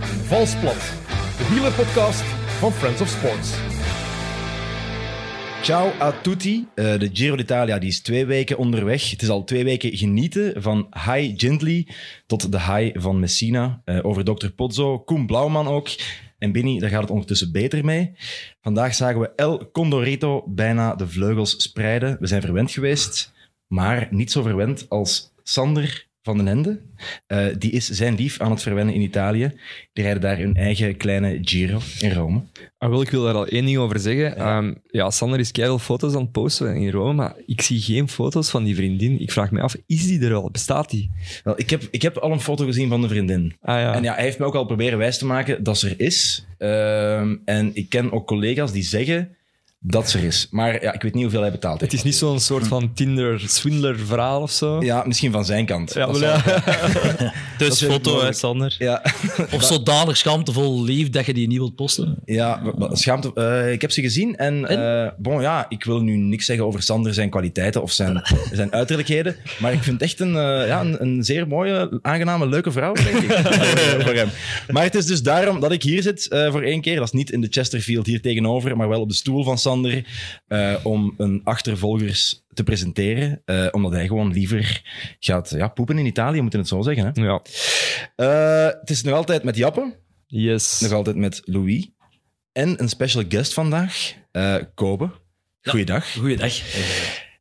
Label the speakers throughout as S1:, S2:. S1: Valsplat, de wielerpodcast van Friends of Sports.
S2: Ciao a tutti. Eh, de Giro d'Italia die is twee weken onderweg. Het is al twee weken genieten van High Gently tot de High van Messina. Eh, over Dr. Pozzo, Koen Blauwman ook. En Binny, daar gaat het ondertussen beter mee. Vandaag zagen we El Condorito bijna de vleugels spreiden. We zijn verwend geweest, maar niet zo verwend als Sander van den Ende. Eh, die is zijn lief aan het verwennen in Italië. Die rijden daar hun eigen kleine Giro in Rome.
S3: Ah, wel, ik wil daar al één ding over zeggen. Ja, ja Sander is keihard foto's aan het posten in Rome, maar ik zie geen foto's van die vriendin. Ik vraag me af, is die er al? Bestaat die?
S2: Wel, ik, heb, ik heb al een foto gezien van de vriendin.
S3: Ah ja.
S2: En ja, hij heeft mij ook al proberen wijs te maken dat ze er is. Ehm, en ik ken ook collega's die zeggen dat ze er is. Maar ja, ik weet niet hoeveel hij betaald heeft.
S3: Het is niet zo'n soort van Tinder-swindler-verhaal of zo.
S2: Ja, misschien van zijn kant.
S3: Ja,
S2: Dat
S3: wel,
S2: zou-
S3: ja.
S2: Dat
S4: Dus
S2: is
S4: foto, hè,
S2: mogelijk.
S4: Sander.
S2: ja.
S4: Of zodanig schaamtevol lief dat je die niet wilt posten.
S2: Ja, wa- wa- schaamte. eh, ik heb ze gezien en, eh, bon, ja, ik wil nu niks zeggen over Sander zijn kwaliteiten of zijn, zijn uiterlijkheden, maar ik vind het echt een, eh, ja, een, een zeer mooie, aangename, leuke vrouw, denk ik, voor, eh, voor hem. Maar het is dus daarom dat ik hier zit eh, voor één keer. Dat is niet in de Chesterfield hier tegenover, maar wel op de stoel van Sander eh, om een achtervolgers te presenteren, eh, omdat hij gewoon liever gaat ja, poepen in Italië, moeten we het zo zeggen. Hè?
S3: Ja.
S2: Eh, het is nog altijd met Jappen.
S3: Yes.
S2: Nog altijd met Louis. En een special guest vandaag, eh Kobe. Goeiedag.
S4: Goeiedag.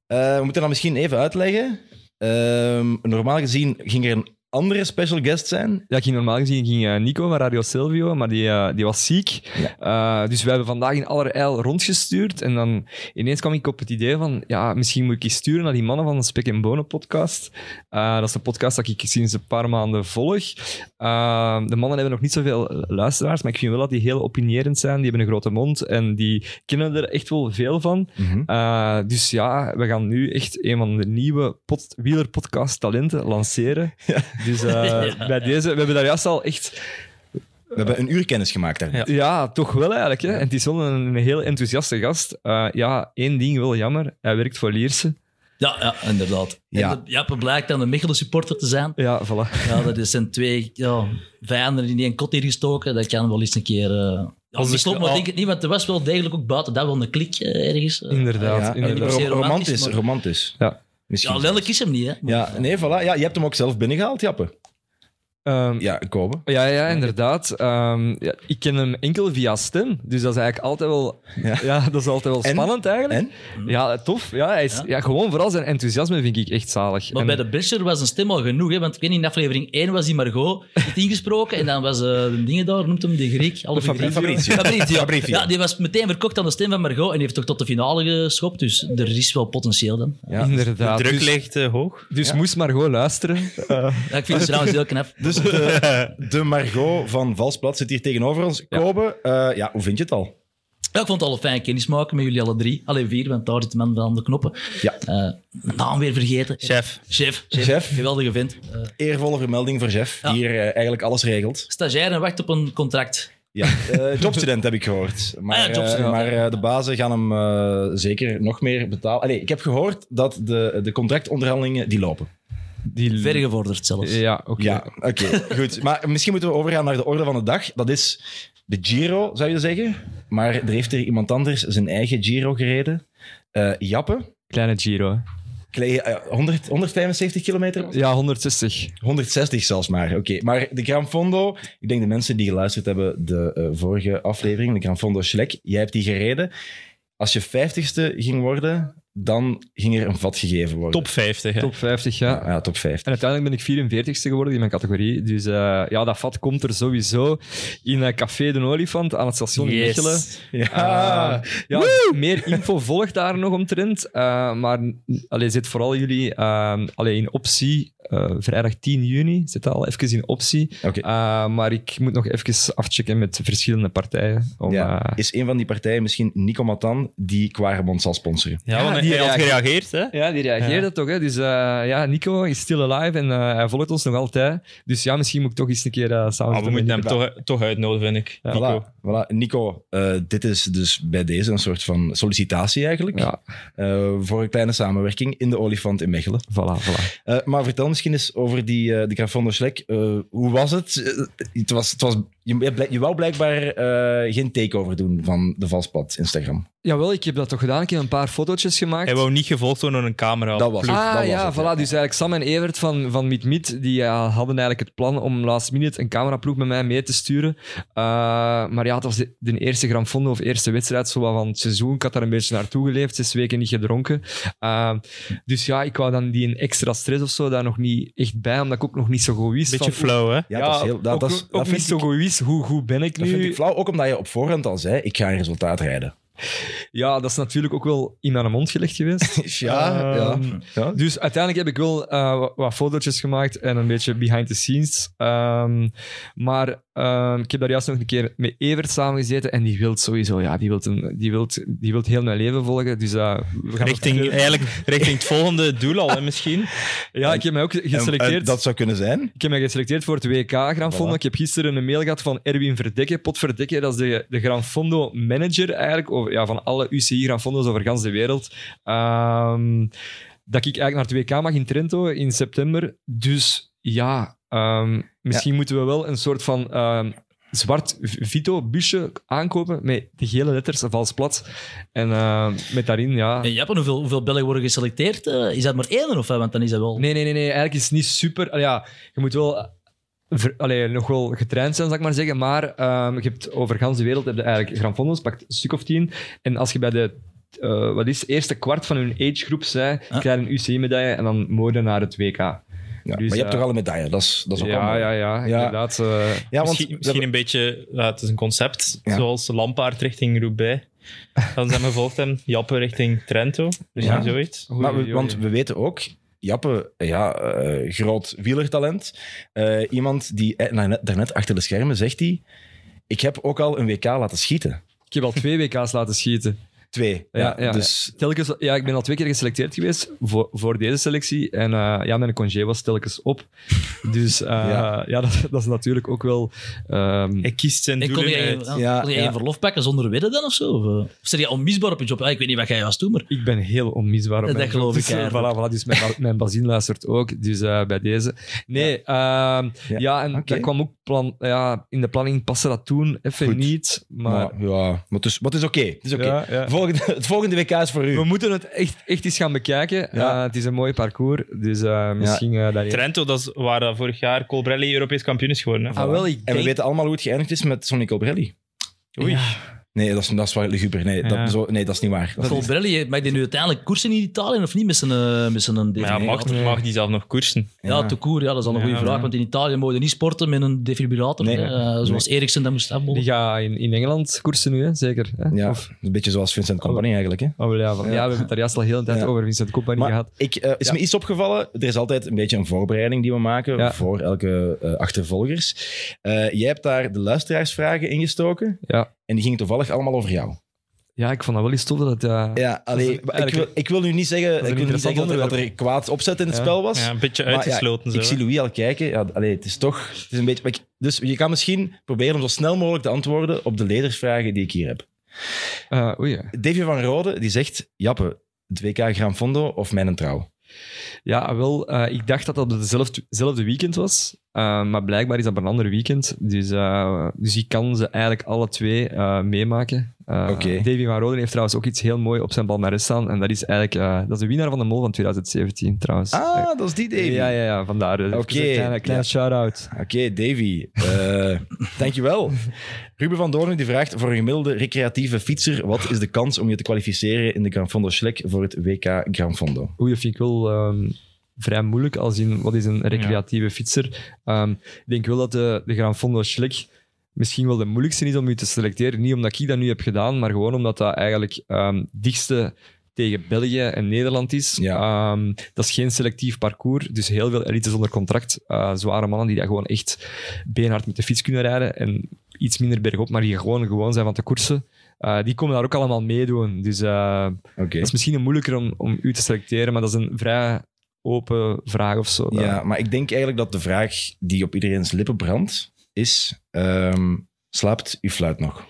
S2: Eh, we moeten dat misschien even uitleggen. Ehm, normaal gezien ging er een andere special guest zijn.
S3: Ja, ik ging normaal gezien ging eh, Nico van Radio Silvio, maar die, eh, die was ziek. Eh, dus we hebben vandaag in allerijl rondgestuurd. En dan ineens kwam ik op het idee van, ja, misschien moet ik eens sturen naar die mannen van de Spek en Bonen podcast. Eh, dat is een podcast dat ik sinds een paar maanden volg. Eh, de mannen hebben nog niet zoveel luisteraars, maar ik vind wel dat die heel opinierend zijn. Die hebben een grote mond en die kennen er echt wel veel van. Eh, dus ja, we gaan nu echt een van de nieuwe pod- wielerpodcast talenten lanceren. Dus eh, bij deze, we hebben daar juist al echt,
S2: We hebben een uur kennis gemaakt daar.
S4: Ja.
S3: ja, toch wel eigenlijk. Hè? En het is wel een, een heel enthousiaste gast. Eh, ja, één ding wel jammer, hij werkt voor Lierse.
S4: Ja, ja, inderdaad.
S2: Ja.
S4: Ja. En de, Jappe blijkt dan een Mechelen supporter te zijn.
S3: Ja, voilà.
S4: Ja, dat is- zijn twee ja, vijanden in één kot hier gestoken. Dat kan wel eens een keer... eh als
S3: Anders-
S4: die klopt, maar
S3: ah.
S4: denk ik niet, want er was wel degelijk ook buiten dat wel een klik eh, ergens. eh.
S3: Inderdaad.
S2: Ja,
S3: inderdaad.
S4: zeer
S2: ro- romantisch,
S4: romantisch, maar-
S2: romantisch.
S3: Ja.
S2: Misschien.
S4: Ja, lelijk is hem niet, hè.
S2: Ja, nee, voilà. Ja, je hebt hem ook zelf binnengehaald, Jappe.
S3: Ehm,
S2: Ja, Kobe.
S3: Ja, ja, inderdaad. Ehm, ja, ik ken hem enkel via stem, dus dat is eigenlijk altijd wel,
S2: Ja.
S3: ja. dat is altijd wel
S2: En?
S3: spannend eigenlijk.
S2: En?
S3: Ja, tof. Ja, hij is, ja.
S4: Ja.
S3: gewoon vooral zijn enthousiasme vind ik echt zalig.
S4: Maar
S3: En-
S4: bij de Bescher was een stem al genoeg, hè, want ik weet niet, in aflevering 1 was die Margot het ingesproken en dan was eh de dingen daar, noemt hem de Griek, halve Griek.
S2: Fabrizio.
S4: Fabrizio.
S2: Fabrizio.
S4: Ja, die was meteen verkocht aan de stem van Margot en die heeft toch tot de finale geschopt, dus er is wel potentieel dan.
S2: Ja.
S3: Inderdaad.
S4: druk
S3: dus
S4: ligt, eh,
S3: hoog. Dus moest maar gewoon luisteren.
S4: Ja, ik vind het trouwens heel knap.
S2: Dus de, de Margot van Valsplat zit hier tegenover ons. Kobe, eh, ja, hoe vind je het al?
S4: Ja, ik vond het al een fijn kennismaken met jullie alle drie. Alleen vier, want daar zit de man van de knoppen.
S2: Ja.
S4: Eh, naam weer vergeten.
S5: Chef.
S4: Chef.
S2: Chef.
S4: Geweldige vent. Eh,
S2: Eervolle vermelding voor Jeff,
S4: Ja.
S2: die hier eh, eigenlijk alles regelt.
S4: stagiair en wacht op een contract.
S2: Ja, eh, jobstudent heb ik gehoord. Maar,
S4: Ah ja, jobstudent.
S2: eh, maar eh, de bazen gaan hem eh, zeker nog meer betalen. Allee, ik heb gehoord dat de, de contractonderhandelingen die lopen.
S3: Die...
S4: Vergevorderd zelfs.
S3: Ja, oké.
S2: Ja, oké, goed. Maar misschien moeten we overgaan naar de orde van de dag. Dat is de Giro, zou je zeggen. Maar er heeft er iemand anders zijn eigen Giro gereden. Eh Jappe,
S3: Kleine Giro. hè.
S2: Kle- eh, 100, 175 kilometer,
S3: Ja, 160.
S2: 160 zelfs maar. Oké, maar de Gran Fondo, ik denk de mensen die geluisterd hebben de eh, vorige aflevering, de Gran Fondo Schlek, jij hebt die gereden. Als je 50ste ging worden, dan ging er een vat gegeven worden.
S5: Top 50, hè.
S3: Top 50, ja.
S2: Ja, ja, top 50.
S3: En uiteindelijk ben ik 44ste geworden in mijn categorie. Dus eh, ja, dat vat komt er sowieso in eh, Café de Olifant aan het station in
S5: Yes.
S3: Mechelen.
S5: Ah,
S2: Ja.
S3: Eh, ja, meer info volgt daar nog omtrent. Eh, maar n- allee, zet vooral jullie eh, allee, in optie. eh, vrijdag 10 juni zit dat al even in optie.
S2: Oké.
S3: Eh, maar ik moet nog even afchecken met verschillende partijen. Om,
S2: ja.
S3: eh,
S2: Is een van die partijen misschien Nico Matan die Quaremont zal sponsoren?
S5: Ja, want hij
S3: die
S5: die had
S3: reageert.
S5: gereageerd, hè?
S3: Ja, die reageerde toch. Hè? Dus eh, ja, Nico is still alive en eh, hij volgt ons nog altijd. Dus ja, misschien moet ik toch eens een keer eh samen
S5: Maar Ah, we
S3: met
S5: moeten hem
S3: Nico-
S5: toch, toch uitnodigen, vind ik.
S3: Ja,
S5: Nico.
S2: Voilà, voilà. Nico, eh, dit is dus bij deze een soort van sollicitatie eigenlijk.
S3: Ja,
S2: eh, voor een kleine samenwerking in de Olifant in Mechelen.
S3: voilà, voilà.
S2: Eh, maar vertel misschien eens over die, eh de Grafon de Schlek. Eh, hoe was het? Eh, het, was, het was, je, je blijk- je wou blijkbaar eh, geen takeover doen van de Valspad Instagram.
S3: Jawel, ik heb dat toch gedaan. Ik heb een paar fotootjes gemaakt.
S5: Hij wou niet gevolgd worden door een camera.
S2: Dat was het.
S3: Ah
S2: dat was
S3: ja,
S2: het,
S3: voilà. Dus eigenlijk Sam en Evert van, van Meet Meet, die eh, hadden eigenlijk het plan om last minute een cameraploeg met mij mee te sturen. Eh, maar ja, het was de, de eerste Grand Fondo of eerste wedstrijd zo wat van het seizoen. Ik had daar een beetje naartoe geleefd, zes weken niet gedronken. Eh, dus ja, ik wou dan die een extra stress of zo daar nog niet echt bij, omdat ik ook nog niet zo goed wist.
S5: Beetje
S3: van-
S5: flauw, hè?
S2: Ja, dat is heel... Dat,
S3: ook,
S2: dat is,
S3: ook
S2: dat
S3: niet
S2: vind
S3: zo
S2: ik,
S3: goed wist, hoe goed ben ik
S2: dat
S3: nu?
S2: vind ik flauw, ook omdat je op voorhand al zei, ik ga een resultaat rijden.
S3: Ja, dat is natuurlijk ook wel in mijn mond gelegd geweest.
S2: Ja,
S3: Ehm,
S2: ja.
S3: Dus uiteindelijk heb ik wel eh, wa- wat fotootjes gemaakt en een beetje behind the scenes. Ehm, maar ehm, ik heb daar juist nog een keer met Evert samengezeten en die wil sowieso, ja, die wil die wilt, die wilt heel mijn leven volgen. Dus eh, we gaan
S5: Richting, eigenlijk richting het volgende doel al, hè, misschien.
S3: Ja, ik heb mij ook
S2: En-
S3: geselecteerd.
S2: en dat zou kunnen zijn.
S3: Ik heb mij geselecteerd voor het WK Gran Fondo.
S2: Voilà.
S3: Ik heb gisteren een mail gehad van Erwin Verdekke, Pot Verdekke. Dat is de, de Gran Fondo manager eigenlijk, over, ja, van alle UCI Gran Fondo's over gans de wereld. Ehm, dat ik eigenlijk naar het WK mag in Trento in september. Dus ja, ehm, misschien moeten we wel een soort van ehm, zwart v- Vito-busje aankopen met de gele letters, vals plat. En ehm, met daarin, ja...
S4: In Japan, hoeveel, hoeveel Belgen worden geselecteerd? Eh, is dat maar één of wat? Want dan is dat wel...
S3: Nee, nee, nee, nee. Eigenlijk is het niet super. Allee, ja, je moet wel eh, ver- allee, nog wel getraind zijn, zal ik maar zeggen. Maar ehm, je hebt over gans de wereld heb je eigenlijk Gran Fondo's, pakt een stuk of tien. En als je bij de eh, wat is, het, eerste kwart van hun agegroep zei,
S4: Ah.
S3: krijg je een UCI-medaille en dan moorden naar het WK.
S2: Ja,
S3: Dus,
S2: maar je hebt
S3: eh,
S2: toch al een medaille, dat is, dat is ook wel
S3: ja,
S2: mooi.
S3: ja, ja, inderdaad. eh,
S2: Ja, want
S5: misschien misschien een beetje, ja, het is een concept,
S2: Ja.
S5: zoals Lampaard richting Roubaix. Dan zijn we volgt hem, Jappe richting Trento. Misschien
S2: Ja.
S5: zoiets.
S3: goeie,
S2: Maar we-
S3: goeie,
S2: want
S3: goeie.
S2: we weten ook, Jappe, ja, eh, groot wielertalent. Eh, iemand die eh, daarnet, daarnet achter de schermen zegt hij... Ik heb ook al een WK laten schieten.
S3: Ik heb al twee WK's laten schieten.
S2: Twee. Ja,
S3: Ja, ja.
S2: Dus
S3: Telkens, ja, ik ben al twee keer geselecteerd geweest voor, voor deze selectie. En eh, ja, mijn congé was telkens op. Dus eh,
S2: Ja.
S3: ja, dat, dat is natuurlijk ook wel... ehm,
S5: Hij kiest zijn
S4: Ik kon
S5: doelen eh,
S4: je
S5: uit.
S4: geen
S2: Ja,
S4: kon je
S2: ja.
S4: geen verlof pakken zonder wedden dan of zo? Of, eh, of zit je onmisbaar op je job? Ja, ik weet niet wat jij was toen, maar
S3: Ik ben heel onmisbaar op
S4: Dat
S3: mijn
S4: geloof
S3: job.
S4: ik
S3: Dus, eh,
S4: eigenlijk.
S3: voilà, voilà, dus mijn, ba- mijn bazin luistert ook, dus eh, bij deze. Nee, ja,
S2: Ja,
S3: ja, en
S2: oké.
S3: dat kwam ook plan, ja, in de planning passen dat toen even
S2: Goed.
S3: niet. Maar,
S2: maar, ja, maar het is, maar het is oké. Het is oké.
S3: Ja, ja.
S2: Volgende, het volgende WK is voor
S3: we
S2: u.
S3: moeten het echt, echt eens gaan bekijken.
S2: Ja.
S3: Eh, het is een mooi parcours, dus eh, misschien eh daarin.
S5: Trento, dat is waar eh, vorig jaar Colbrelli Europees kampioen is geworden. Hè?
S3: Ah, wel, ik
S2: En we
S3: denk-
S2: weten allemaal hoe het geëindigd is met Sonny Colbrelli.
S5: Oei.
S2: Nee, dat is, dat is wel luguber. Nee,
S5: Ja.
S2: dat, zo, nee, dat is niet waar. Dat is niet-
S4: Colbrelli, mag die nu uiteindelijk koersen in Italië of niet met zijn... eh, met zijn
S5: Maar ja, mag,
S4: defibrillator?
S5: mag die zelf nog koersen?
S4: Ja,
S2: Ja.
S4: te koer, ja, dat is al een
S5: Ja,
S4: goede vraag.
S5: ja.
S4: Want in Italië mogen niet sporten met een defibrillator.
S2: Nee.
S4: eh, zoals Eriksen dat moest
S3: Die
S4: afbollen.
S3: gaat in, in Engeland koersen nu, hè? zeker. Hè?
S2: ja,
S3: Of-
S2: een beetje zoals Vincent Company eigenlijk. Hè?
S3: oh, wel, ja, van- ja, we hebben het daar juist al heel de tijd
S2: Ja.
S3: over Vincent Company
S2: Maar
S3: gehad.
S2: ik, eh, is me iets opgevallen. Er is altijd een beetje een voorbereiding die we maken
S3: Ja.
S2: voor elke eh, achtervolgers. Eh, jij hebt daar de luisteraarsvragen ingestoken.
S3: Ja.
S2: En die gingen toevallig allemaal over jou.
S3: ja, ik vond dat wel eens tof dat het... eh,
S2: Ja,
S3: is
S2: allee,
S3: eigenlijk-
S2: ik, wil, ik wil nu niet zeggen,
S3: is
S2: ik
S3: een
S2: wil niet
S3: interessant
S2: zeggen dat, er, dat er kwaad opzet in het
S3: Ja.
S2: spel was.
S5: Ja, een beetje
S2: Maar ja,
S5: uitgesloten. zo,
S2: ik zie
S5: hè.
S2: Louis al kijken. Ja, allee, het is toch het is een beetje... maar ik- Dus je kan misschien proberen om zo snel mogelijk te antwoorden op de ledersvragen die ik hier heb.
S3: eh, oei, ja.
S2: Davy van Rode die zegt: Jappe, het WK Gran Fondo of mijn trouw?
S3: Ja, wel. eh, ik dacht dat dat hetzelfde zelfde weekend was. eh, maar blijkbaar is dat op een ander weekend. Dus, eh, dus ik kan ze eigenlijk alle twee eh, meemaken. Eh
S2: Oké.
S3: Davy van Roden heeft trouwens ook iets heel moois op zijn palmarès staan. En dat is eigenlijk... eh, dat is de winnaar van de Mol van 2017, trouwens. Eh,
S2: Ah, dat is die Davy.
S3: ja, ja, ja. Vandaar. eh, even
S2: Oké.
S3: Een kleine, kleine
S2: Ja.
S3: shout-out.
S2: Oké, Davy. eh, dankjewel. Ruben van Doorn die vraagt voor een gemiddelde recreatieve fietser: wat is de kans om je te kwalificeren in de Gran Fondo Schlek voor het WK Gran Fondo?
S3: Oei, dat vind ik wel ehm, vrij moeilijk. Als in, wat is een recreatieve fietser? Ehm, ik denk wel dat de, de Gran Fondo Schleck misschien wel de moeilijkste is om u te selecteren. Niet omdat ik dat nu heb gedaan, maar gewoon omdat dat eigenlijk ehm het dichtste tegen België en Nederland is.
S2: Ja.
S3: Ehm, dat is geen selectief parcours, dus heel veel elites onder contract. Eh, zware mannen die daar gewoon echt beenhard met de fiets kunnen rijden en iets minder bergop, maar die gewoon gewoon zijn van te koersen. eh, die komen daar ook allemaal meedoen. Dus eh,
S2: Oké.
S3: dat is misschien een moeilijker om, om u te selecteren, maar dat is een vrij open vraag of zo.
S2: Ja, maar ik denk eigenlijk dat de vraag die op iedereen's lippen brandt is: ehm, slaapt u fluit nog?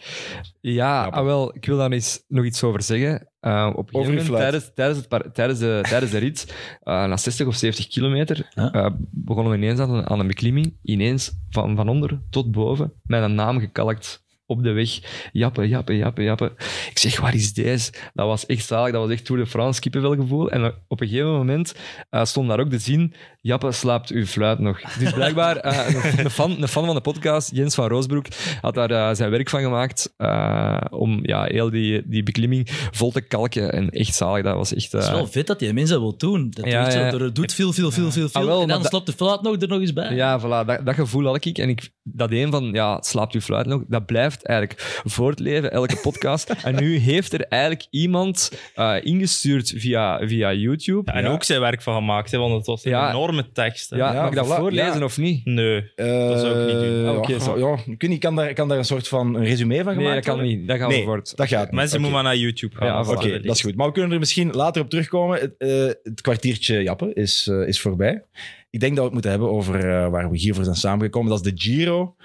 S3: Ja,
S2: Grappig.
S3: ah, wel, ik wil daar eens, nog iets over zeggen. Eh, op
S2: Over
S3: een gegeven
S2: je
S3: moment,
S2: fluit.
S3: tijdens, tijdens, het, par- tijdens, de, tijdens de rit, eh, na 60 of 70 kilometer,
S4: Ja.
S3: eh, begonnen we ineens aan een, aan een beklimming. Ineens van, van onder tot boven, met een naam gekalkt op de weg. Jappen, jappen, jappen, jappen. Ik zeg, waar is deze? Dat was echt zalig, dat was echt Tour de France kippenvelgevoel. En eh, op een gegeven moment eh, stond daar ook de zin, Jappe slaapt uw fluit nog. Dus blijkbaar, eh, een, fan, een fan van de podcast, Jens van Roosbroek, had daar eh, zijn werk van gemaakt eh, om ja, heel die, die beklimming vol te kalken. En echt zalig, dat was echt... eh,
S4: Het is wel vet dat die mensen dat wil doen. Dat
S3: Ja,
S4: ja,
S3: ja.
S4: Er doet veel, veel, veel, veel, veel.
S3: Ah, wel, maar
S4: en dan
S3: dat-
S4: slaapt de fluit nog er nog eens bij.
S3: ja, voilà, dat, dat gevoel had ik. En ik, dat een van, ja, slaapt uw fluit nog, dat blijft eigenlijk voortleven, elke podcast. en nu heeft er eigenlijk iemand eh, ingestuurd via, via YouTube.
S5: en ook zijn werk van gemaakt, hè, want het was een
S3: Ja.
S5: enorme tekst. hè.
S3: Ja,
S2: Ja,
S3: mag ik dat
S2: voilà,
S3: voorlezen
S2: ja.
S3: of niet?
S5: Nee.
S2: Dat
S5: zou ik niet doen.
S2: Ja,
S3: Ah, oké, zo.
S2: Eh, ja, ik weet niet, kan daar, kan daar een soort van een resume van
S3: Nee,
S2: gemaakt
S3: dat kan
S2: worden?
S3: niet. Dat gaan we
S2: Nee,
S3: voort.
S2: dat gaat niet.
S5: Mensen
S2: Oké.
S5: moeten maar naar YouTube gaan.
S3: Ja,
S5: als
S3: voilà.
S5: ze
S2: Oké,
S5: willen.
S2: dat is goed. Maar we kunnen er misschien later op terugkomen. Het, eh, het kwartiertje jappen is, eh, is voorbij. Ik denk dat we het moeten hebben over eh, waar we hiervoor zijn samengekomen. Dat is de Giro.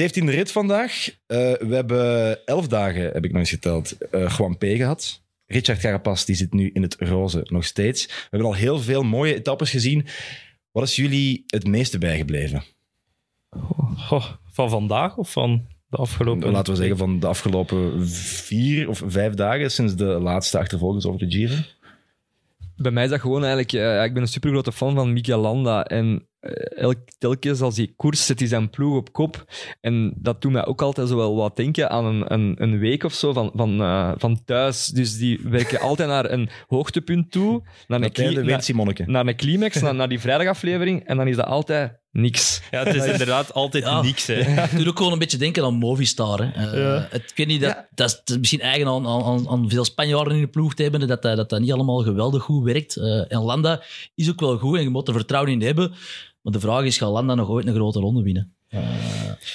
S2: 17e rit vandaag. Eh, we hebben 11 dagen, heb ik nog eens geteld, eh Juan P. gehad. Richard Carapaz die zit nu in het roze nog steeds. We hebben al heel veel mooie etappes gezien. Wat is jullie het meeste bijgebleven?
S5: Goh, van vandaag of van de afgelopen?
S2: Laten we zeggen van de afgelopen vier of vijf dagen sinds de laatste achtervolgers over de Giro.
S3: Bij mij is dat gewoon eigenlijk... eh, ik ben een supergrote fan van Mika Landa. En eh, elk, telkens als hij koers zet, hij zijn ploeg op kop. En dat doet mij ook altijd zo wel wat denken aan een, een, een week of zo van, van, eh, van thuis. Dus die werken altijd naar een hoogtepunt toe. Naar een,
S2: Dat hij
S3: cli-
S2: de
S3: na-
S2: wint, Simonneke.
S3: naar een climax, naar, naar die vrijdagaflevering. En dan is dat altijd niks.
S5: Ja, het is inderdaad altijd
S4: Ja.
S5: niks. Hè.
S4: Het doet ook gewoon een beetje denken aan Movistar. Hè. Eh, het, ik weet niet, dat, dat, is, dat is misschien eigen aan, aan- aan, aan veel Spanjaarden in de ploeg te hebben, dat dat, dat, dat niet allemaal geweldig goed werkt. Eh, en Landa is ook wel goed en je moet er vertrouwen in hebben. Maar de vraag is, gaat Landa nog ooit een grote ronde winnen?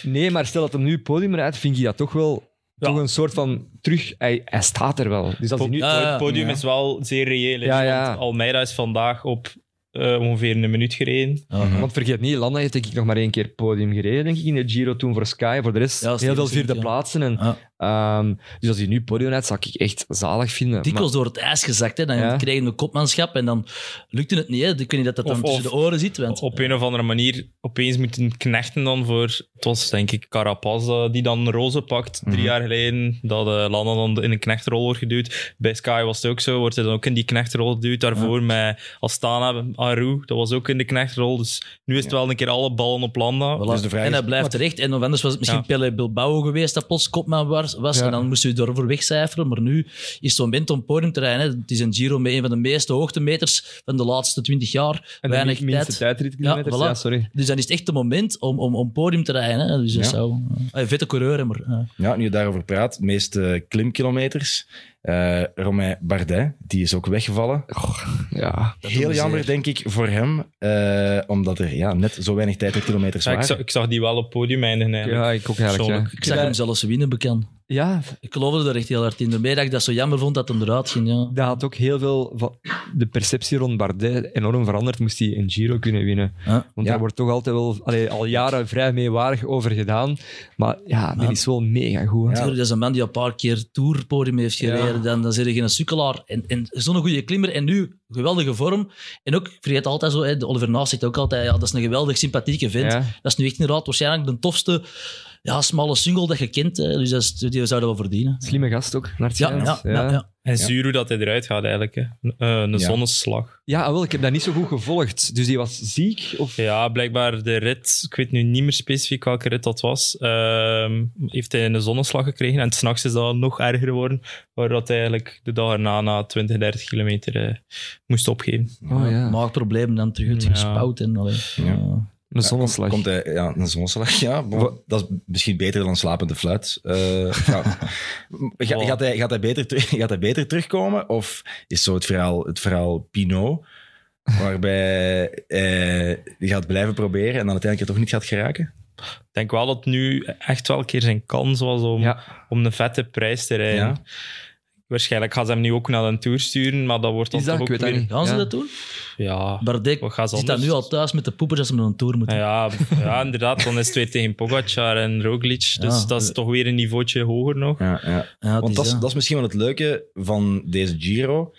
S3: Nee, maar stel dat hem nu het podium rijdt, vind je dat toch wel... Toch een soort van terug... Hij, hij staat er wel. Dus als hij nu...
S4: Ja, Ah, ja.
S5: het podium is wel zeer reëel. hè,
S3: Ja, ja.
S5: want Almeida is vandaag op eh, ongeveer een minuut gereden.
S4: Hm.
S3: Want vergeet niet, Landa heeft denk ik nog maar één keer podium gereden, denk ik, in de Giro toen voor Sky. Voor de rest
S4: Ja, dat is
S3: heel veel
S4: niet
S3: vierde
S4: ja.
S3: plaatsen. En,
S4: Ah.
S3: ehm, dus als hij nu podium rijdt, zou ik echt zalig vinden.
S4: Dikwijls door het ijs gezakt. Hè. Dan
S3: Ja.
S4: kregen we kopmanschap en dan lukte het niet. Hè. Dan kun je dat dat dan
S5: Of-
S4: tussen
S5: of-
S4: de oren zit. Want,
S5: Op een of andere manier opeens moeten knechten dan voor... Het was denk ik Carapaz eh, die dan roze pakt
S3: Mhm.
S5: drie jaar geleden. Dat eh Landa dan in een knechtrol wordt geduwd. Bij Sky was het ook zo. Wordt hij dan ook in die knechtrol geduwd. Daarvoor met Astana, Aru. Dat was ook in de knechtrol. Dus nu is het wel een keer alle ballen op Landa.
S4: Voilà.
S2: Dus de vraag
S4: en
S2: is-
S4: hij blijft terecht. En of anders was het misschien
S5: Ja.
S4: Pelle Bilbao geweest dat plots kopman was. was
S3: Ja.
S4: En dan moest u daarvoor wegcijferen. Maar nu is zo'n wind om podium te rijden. hè. Het is een Giro met een van de meeste hoogtemeters van de laatste twintig jaar.
S3: En de
S4: Weinig
S3: min- minste
S4: tijd.
S3: tijdritkilometers,
S4: Ja,
S3: ja,
S4: voilà.
S3: sorry.
S4: Dus dan is het echt het moment om, om, om podium te rijden. Hè. Dus dat
S2: Ja.
S4: zou... eh, vette coureur, hè, maar... eh.
S2: Ja, nu je daarover praat, de meeste klimkilometers. Eh Romain Bardet, die is ook weggevallen.
S3: Ja.
S2: Heel
S4: me
S2: jammer, denk ik, voor hem. eh, omdat er ja, net zo weinig tijd op kilometers
S5: Ja, ik,
S2: waren.
S5: zag, ik zag die wel op het podium eindigen eigenlijk.
S3: ja, ik ook eigenlijk.
S5: Persoonlijk.
S3: Ja.
S4: ik zag hem zelfs winnen bekend.
S3: ja,
S4: Ik geloofde er echt heel hard in. Daarmee dat ik dat zo jammer vond dat hem eruit ging. Ja.
S3: dat had ook heel veel van de perceptie rond Bardet enorm veranderd. Moest hij een Giro kunnen winnen.
S4: Huh?
S3: Want
S2: Ja.
S3: daar wordt toch altijd wel allee, al jaren vrij meewarig over gedaan. Maar ja, die is wel mega goed. hè.
S2: Ja.
S4: Natuurlijk, dat is een man die al een paar keer tourpodium heeft gereden.
S3: Ja.
S4: Dan, dan zit je geen sukkelaar. En, en zo'n goede klimmer. En nu geweldige vorm. En ook, ik vergeet altijd zo, hè, de Oliver Naas zegt ook altijd, ja, dat is een geweldig sympathieke vent.
S3: Ja.
S4: Dat is nu echt inderdaad waarschijnlijk de tofste ja, smalle single dat je kent. Hè. Dus dat is, die zouden we verdienen.
S3: Slimme gast ook, naar het
S4: Ja,
S3: schijnt.
S4: ja, ja. ja.
S5: En zuur hoe dat hij eruit gaat eigenlijk. Hè. Eh, een
S2: Ja.
S5: zonneslag.
S3: Ja, ah, wel, ik heb dat niet zo goed gevolgd. Dus die was ziek? Of...
S5: Ja, blijkbaar de rit, ik weet nu niet meer specifiek welke rit dat was, ehm, heeft hij een zonneslag gekregen. En s'nachts is dat nog erger geworden, waardoor hij eigenlijk de dag erna na 20, 30 kilometer eh, moest opgeven.
S3: Oh ja.
S4: Maagproblemen dan terug
S5: Ja.
S4: uitgespouwd. En, allee.
S2: Ja.
S3: Een zonneslag.
S2: Komt hij, ja, een zonslag, ja. maar
S3: Wa-
S2: dat is misschien beter dan slapende fluit. Eh, ja. Ga- gaat, hij, gaat, hij beter, terug- gaat hij beter terugkomen? Of is zo het verhaal, het verhaal Pinot, waarbij eh, die gaat blijven proberen en dan uiteindelijk het toch niet gaat geraken?
S5: ik denk wel dat het nu echt wel een keer zijn kans was om,
S3: Ja.
S5: om een vette prijs te rijden.
S2: Ja.
S5: Waarschijnlijk gaan ze hem nu ook naar een tour sturen, maar dat wordt dan
S3: Is dat?
S5: toch
S3: Ik
S5: ook
S3: weet dat
S5: weer-
S3: niet.
S4: Gaan ze
S3: Ja.
S4: dat doen?
S5: Ja,
S4: Bardet
S5: Wat gaan ze
S4: zit daar
S5: anders?
S4: nu al thuis met de poepers als ze naar een tour moeten.
S5: ja, ja, inderdaad. Dan is het twee tegen Pogacar en Roglic. Dus
S4: Ja.
S5: dat is toch weer een niveautje hoger nog.
S2: Ja, ja.
S4: Ja, het
S2: Want
S4: is
S2: dat is,
S4: dat.
S2: dat is misschien wel het leuke van deze Giro.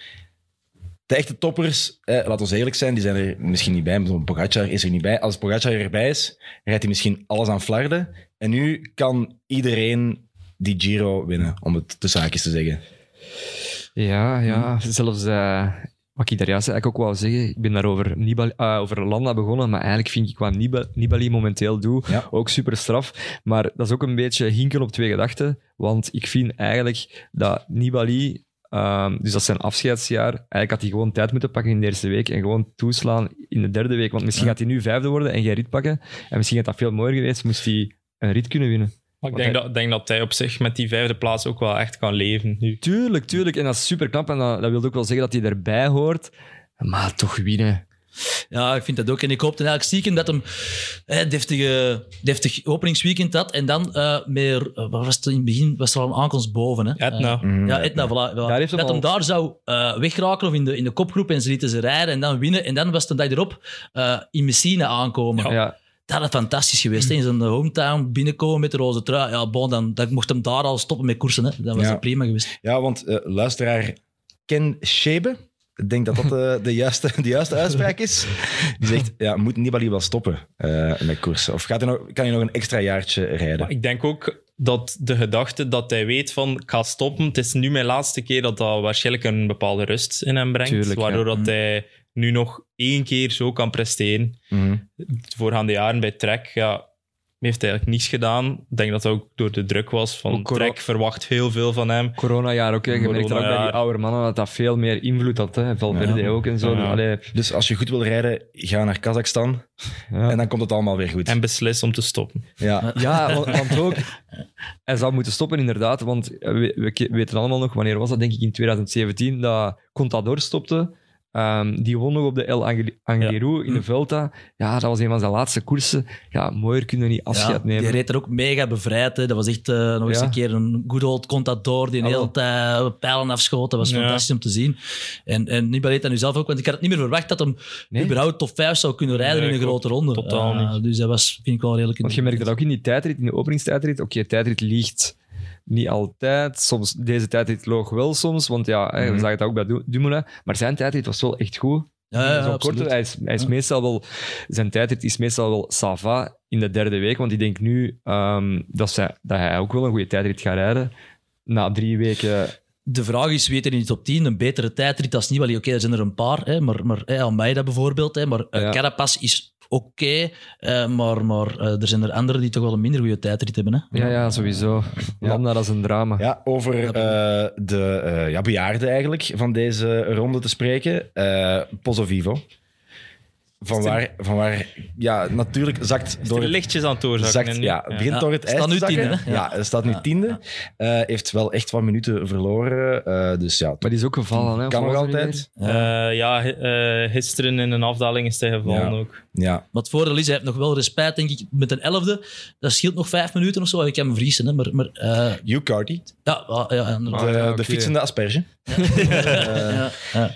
S2: De echte toppers, eh, laten we eerlijk zijn, die zijn er misschien niet bij. Bijvoorbeeld Pogacar is er niet bij. Als Pogacar erbij is, rijdt hij misschien alles aan flarden. En nu kan iedereen die Giro winnen, om het te zaakjes te zeggen.
S3: Ja, ja. Zelfs eh, wat ik daar juist eigenlijk ook wou zeggen. Ik ben daarover Nibali, eh, over Landa begonnen, maar eigenlijk vind ik wat Niba- Nibali momenteel doet
S2: Ja.
S3: ook super straf. Maar dat is ook een beetje hinken op twee gedachten. Want ik vind eigenlijk dat Nibali. ehm, dus dat is zijn afscheidsjaar. Eigenlijk had hij gewoon tijd moeten pakken in de eerste week en gewoon toeslaan in de derde week. Want misschien gaat hij nu vijfde worden en geen rit pakken. En misschien had dat veel mooier geweest, moest hij een rit kunnen winnen.
S5: Maar
S3: Want
S5: ik denk
S3: hij-
S5: dat, denk dat hij op zich met die vijfde plaats ook wel echt kan leven nu.
S3: Tuurlijk, tuurlijk. En dat is super knap. En dat, dat wil ook wel zeggen dat hij erbij hoort. Maar toch winnen.
S4: Ja, ik vind dat ook. En ik hoopte eigenlijk stiekem dat hem hè, deftige, deftig openingsweekend had. En dan eh meer, eh, wat was het in het begin, was er al een aankomst boven. Hè?
S5: Etna.
S4: Eh, ja, Etna, voilà. voilà.
S3: Daar heeft hem
S4: dat
S3: al-
S4: hem daar zou eh, wegraken of in de, in de kopgroep en ze lieten ze rijden en dan winnen. En dan was het een dag erop eh, in Messina aankomen.
S3: Ja,
S4: Dat had fantastisch geweest. hè. In zijn hometown binnenkomen met de roze trui. Ja, bon, dan, dan mocht hem daar al stoppen met koersen. Hè. Dan was
S2: Ja.
S4: dat prima geweest.
S2: Ja, want eh, luisteraar Ken Shebe, ik denk dat dat de, de, juiste, de juiste uitspraak is, die zegt, ja, moet Nibali wel stoppen eh, met koersen? Of gaat hij nog, kan hij nog een extra jaartje rijden?
S5: Maar ik denk ook dat de gedachte dat hij weet van ik ga stoppen, het is nu mijn laatste keer dat dat waarschijnlijk een bepaalde rust in hem brengt.
S3: Tuurlijk, ja.
S5: waardoor dat hij nu nog één keer zo kan presteren.
S2: Mhm.
S5: De voorgaande jaren bij Trek ja, heeft hij eigenlijk niets gedaan. Ik denk dat dat ook door de druk was van
S3: Ook coro-
S5: Trek verwacht heel veel van hem.
S3: coronajaar ook. hè. Je merkt dat ook bij die
S5: Coronajaar.
S3: oude mannen dat dat veel meer invloed had. Hè. Valverde ook en zo.
S5: Ja.
S3: Allee,
S2: Dus als je goed wil rijden, ga naar Kazachstan.
S3: Ja.
S2: En dan komt het allemaal weer goed.
S5: En beslist om te stoppen.
S2: ja.
S3: ja, want, want ook... Hij zou moeten stoppen, inderdaad. Want we, we ke- weten allemaal nog, wanneer was dat? Denk ik in 2017, dat Contador stopte. Ehm, die won nog op de El Angel- Angliru in de Vuelta. Ja, dat was een van zijn laatste koersen. Ja, mooier kunnen we niet afscheid
S4: Ja,
S3: nemen.
S4: die reed er ook mega bevrijd. Hè. Dat was echt eh, nog eens
S3: Ja.
S4: een keer een good old contador die een
S3: Ja,
S4: hele tijd pijlen afschoot. Dat was
S5: Ja.
S4: fantastisch om te zien. En, en Nibali deed dat nu zelf ook, want ik had het niet meer verwacht dat hem
S3: Nee.
S4: überhaupt top 5 zou kunnen rijden
S5: Nee,
S4: in een
S5: klopt.
S4: grote ronde.
S5: Totaal
S4: Eh,
S5: niet.
S4: Dus dat was, vind ik wel redelijk...
S3: Want je merkt dat ook in die tijdrit, in de openingstijdrit. Oké, tijdrit liegt niet altijd. Soms, deze tijdrit loog wel soms, want ja, hè, we
S2: Mhm.
S3: zagen het ook bij Du- Dumoulin. Maar zijn tijdrit was wel echt goed.
S4: Ja, ja,
S3: Zo'n
S4: absoluut.
S3: korte, hij is, hij is
S4: Ja.
S3: meestal wel... Zijn tijdrit is meestal wel sava in de derde week, want ik denk nu ehm, dat, zij, dat hij ook wel een goede tijdrit gaat rijden. Na drie weken...
S4: De vraag is, weet er in de top 10 een betere tijdrit als Nibali? Oké, er zijn er een paar, hè, maar, maar hè, Almeida bijvoorbeeld. Hè, maar eh,
S3: Ja.
S4: Carapaz is oké, eh, maar, maar eh, er zijn er anderen die toch wel een minder goede tijdrit hebben. Hè?
S3: Ja, ja, sowieso.
S2: Ja.
S3: Lambda, dat is een drama.
S2: Ja, over eh, de eh ja, bejaarden eigenlijk van deze ronde te spreken. Eh Pozzo Vivo. Van waar, van waar, ja, natuurlijk zakt
S5: Door
S2: door het
S5: lichtjes aan het doorzakken.
S2: Zakt,
S5: en-
S2: ja, het begint
S4: Ja,
S2: door het ijs
S4: staat
S2: te
S4: nu
S2: zakken.
S4: tiende, hè?
S2: Ja, hij staat nu tiende. Eh, heeft wel echt wat minuten verloren. eh, dus ja,
S3: Maar die is ook gevallen, hè? of
S2: kan nog
S3: was er niet
S2: altijd.
S5: Eh, ja, he- eh, gisteren in een afdaling is hij gevallen
S2: Ja.
S5: ook.
S2: Ja,
S4: Wat het voordeel is, hij heeft nog wel respect, denk ik, met een elfde. Dat scheelt nog vijf minuten of zo. Ik kan hem vriezen, hè, maar... maar eh,
S2: Hugh Carty,
S4: ja, ah, ja,
S2: de,
S4: inderdaad.
S3: Ah, ja,
S2: de
S3: oké.
S2: fietsende asperge.
S4: Ja, ja.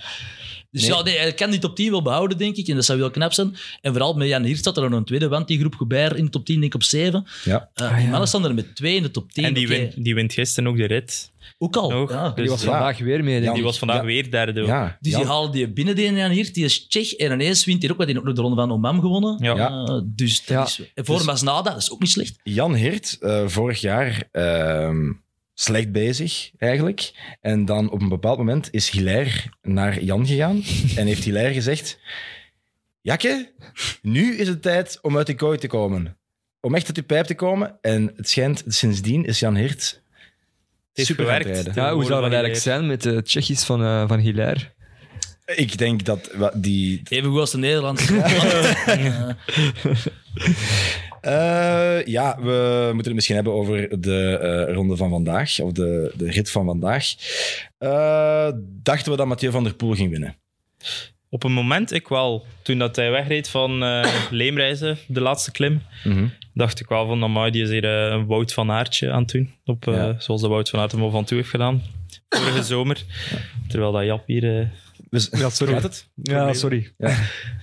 S4: Dus
S2: Nee.
S4: ja, nee, hij kan die top 10 wel behouden, denk ik. En dat zou wel knap zijn. En vooral met Jan Hirt staat er nog een tweede, want die groep Goubert in de top 10, denk ik, op 7.
S2: Ah, Ja.
S4: Eh, die mannen staan er met twee in de top 10.
S5: En die,
S4: Oké,
S5: wint, die wint gisteren ook de rit.
S4: Ook al.
S5: Nog.
S4: ja.
S5: Dus
S3: Die was
S5: ja,
S3: vandaag weer mee, denk
S5: die
S3: ik.
S5: was vandaag
S2: Ja.
S5: weer derde. ook.
S2: Ja,
S4: Dus die
S2: Jan.
S4: halen die binnen die Jan Hirt, die is Tsjech. En ineens wint hij ook, want die heeft ook nog de ronde van Oman gewonnen.
S5: Ja.
S2: Ja.
S4: Eh, dus dat
S3: Ja.
S4: is, en voor
S2: Dus-
S4: Masnada, dat is ook niet slecht.
S2: Jan Hirt, eh, vorig jaar ehm, slecht bezig eigenlijk. En dan op een bepaald moment is Hilaire naar Jan gegaan en heeft Hilaire gezegd: Jakke, nu is het tijd om uit de kooi te komen. Om echt uit de pijp te komen. En het schijnt, sindsdien is Jan Hirt
S5: heeft
S2: super aan het
S5: gewerkt.
S2: rijden.
S3: Ja, hoe zou dat eigenlijk zijn
S5: Hilaire.
S3: met de Tsjechisch van, eh, van Hilaire?
S2: Ik denk dat wa- die.
S4: Even goed als de Nederlanders.
S2: Eh, ja, we moeten het misschien hebben over de eh, ronde van vandaag, of de, de rit van vandaag. Eh, dachten we dat Mathieu van der Poel ging winnen?
S5: Op een moment, ik wel. Toen dat hij wegreed van eh, Leemreizen, de laatste klim,
S2: Mhm.
S5: dacht ik wel van, amai, die is hier eh, een Wout van Aertje aan het doen. Op, eh,
S2: Ja.
S5: Zoals de Wout van Aert hem al van toe heeft gedaan. Vorige zomer. Terwijl dat Jap hier... eh,
S2: Dus,
S3: Ja, sorry.
S2: Gaat het?
S3: Ja, sorry.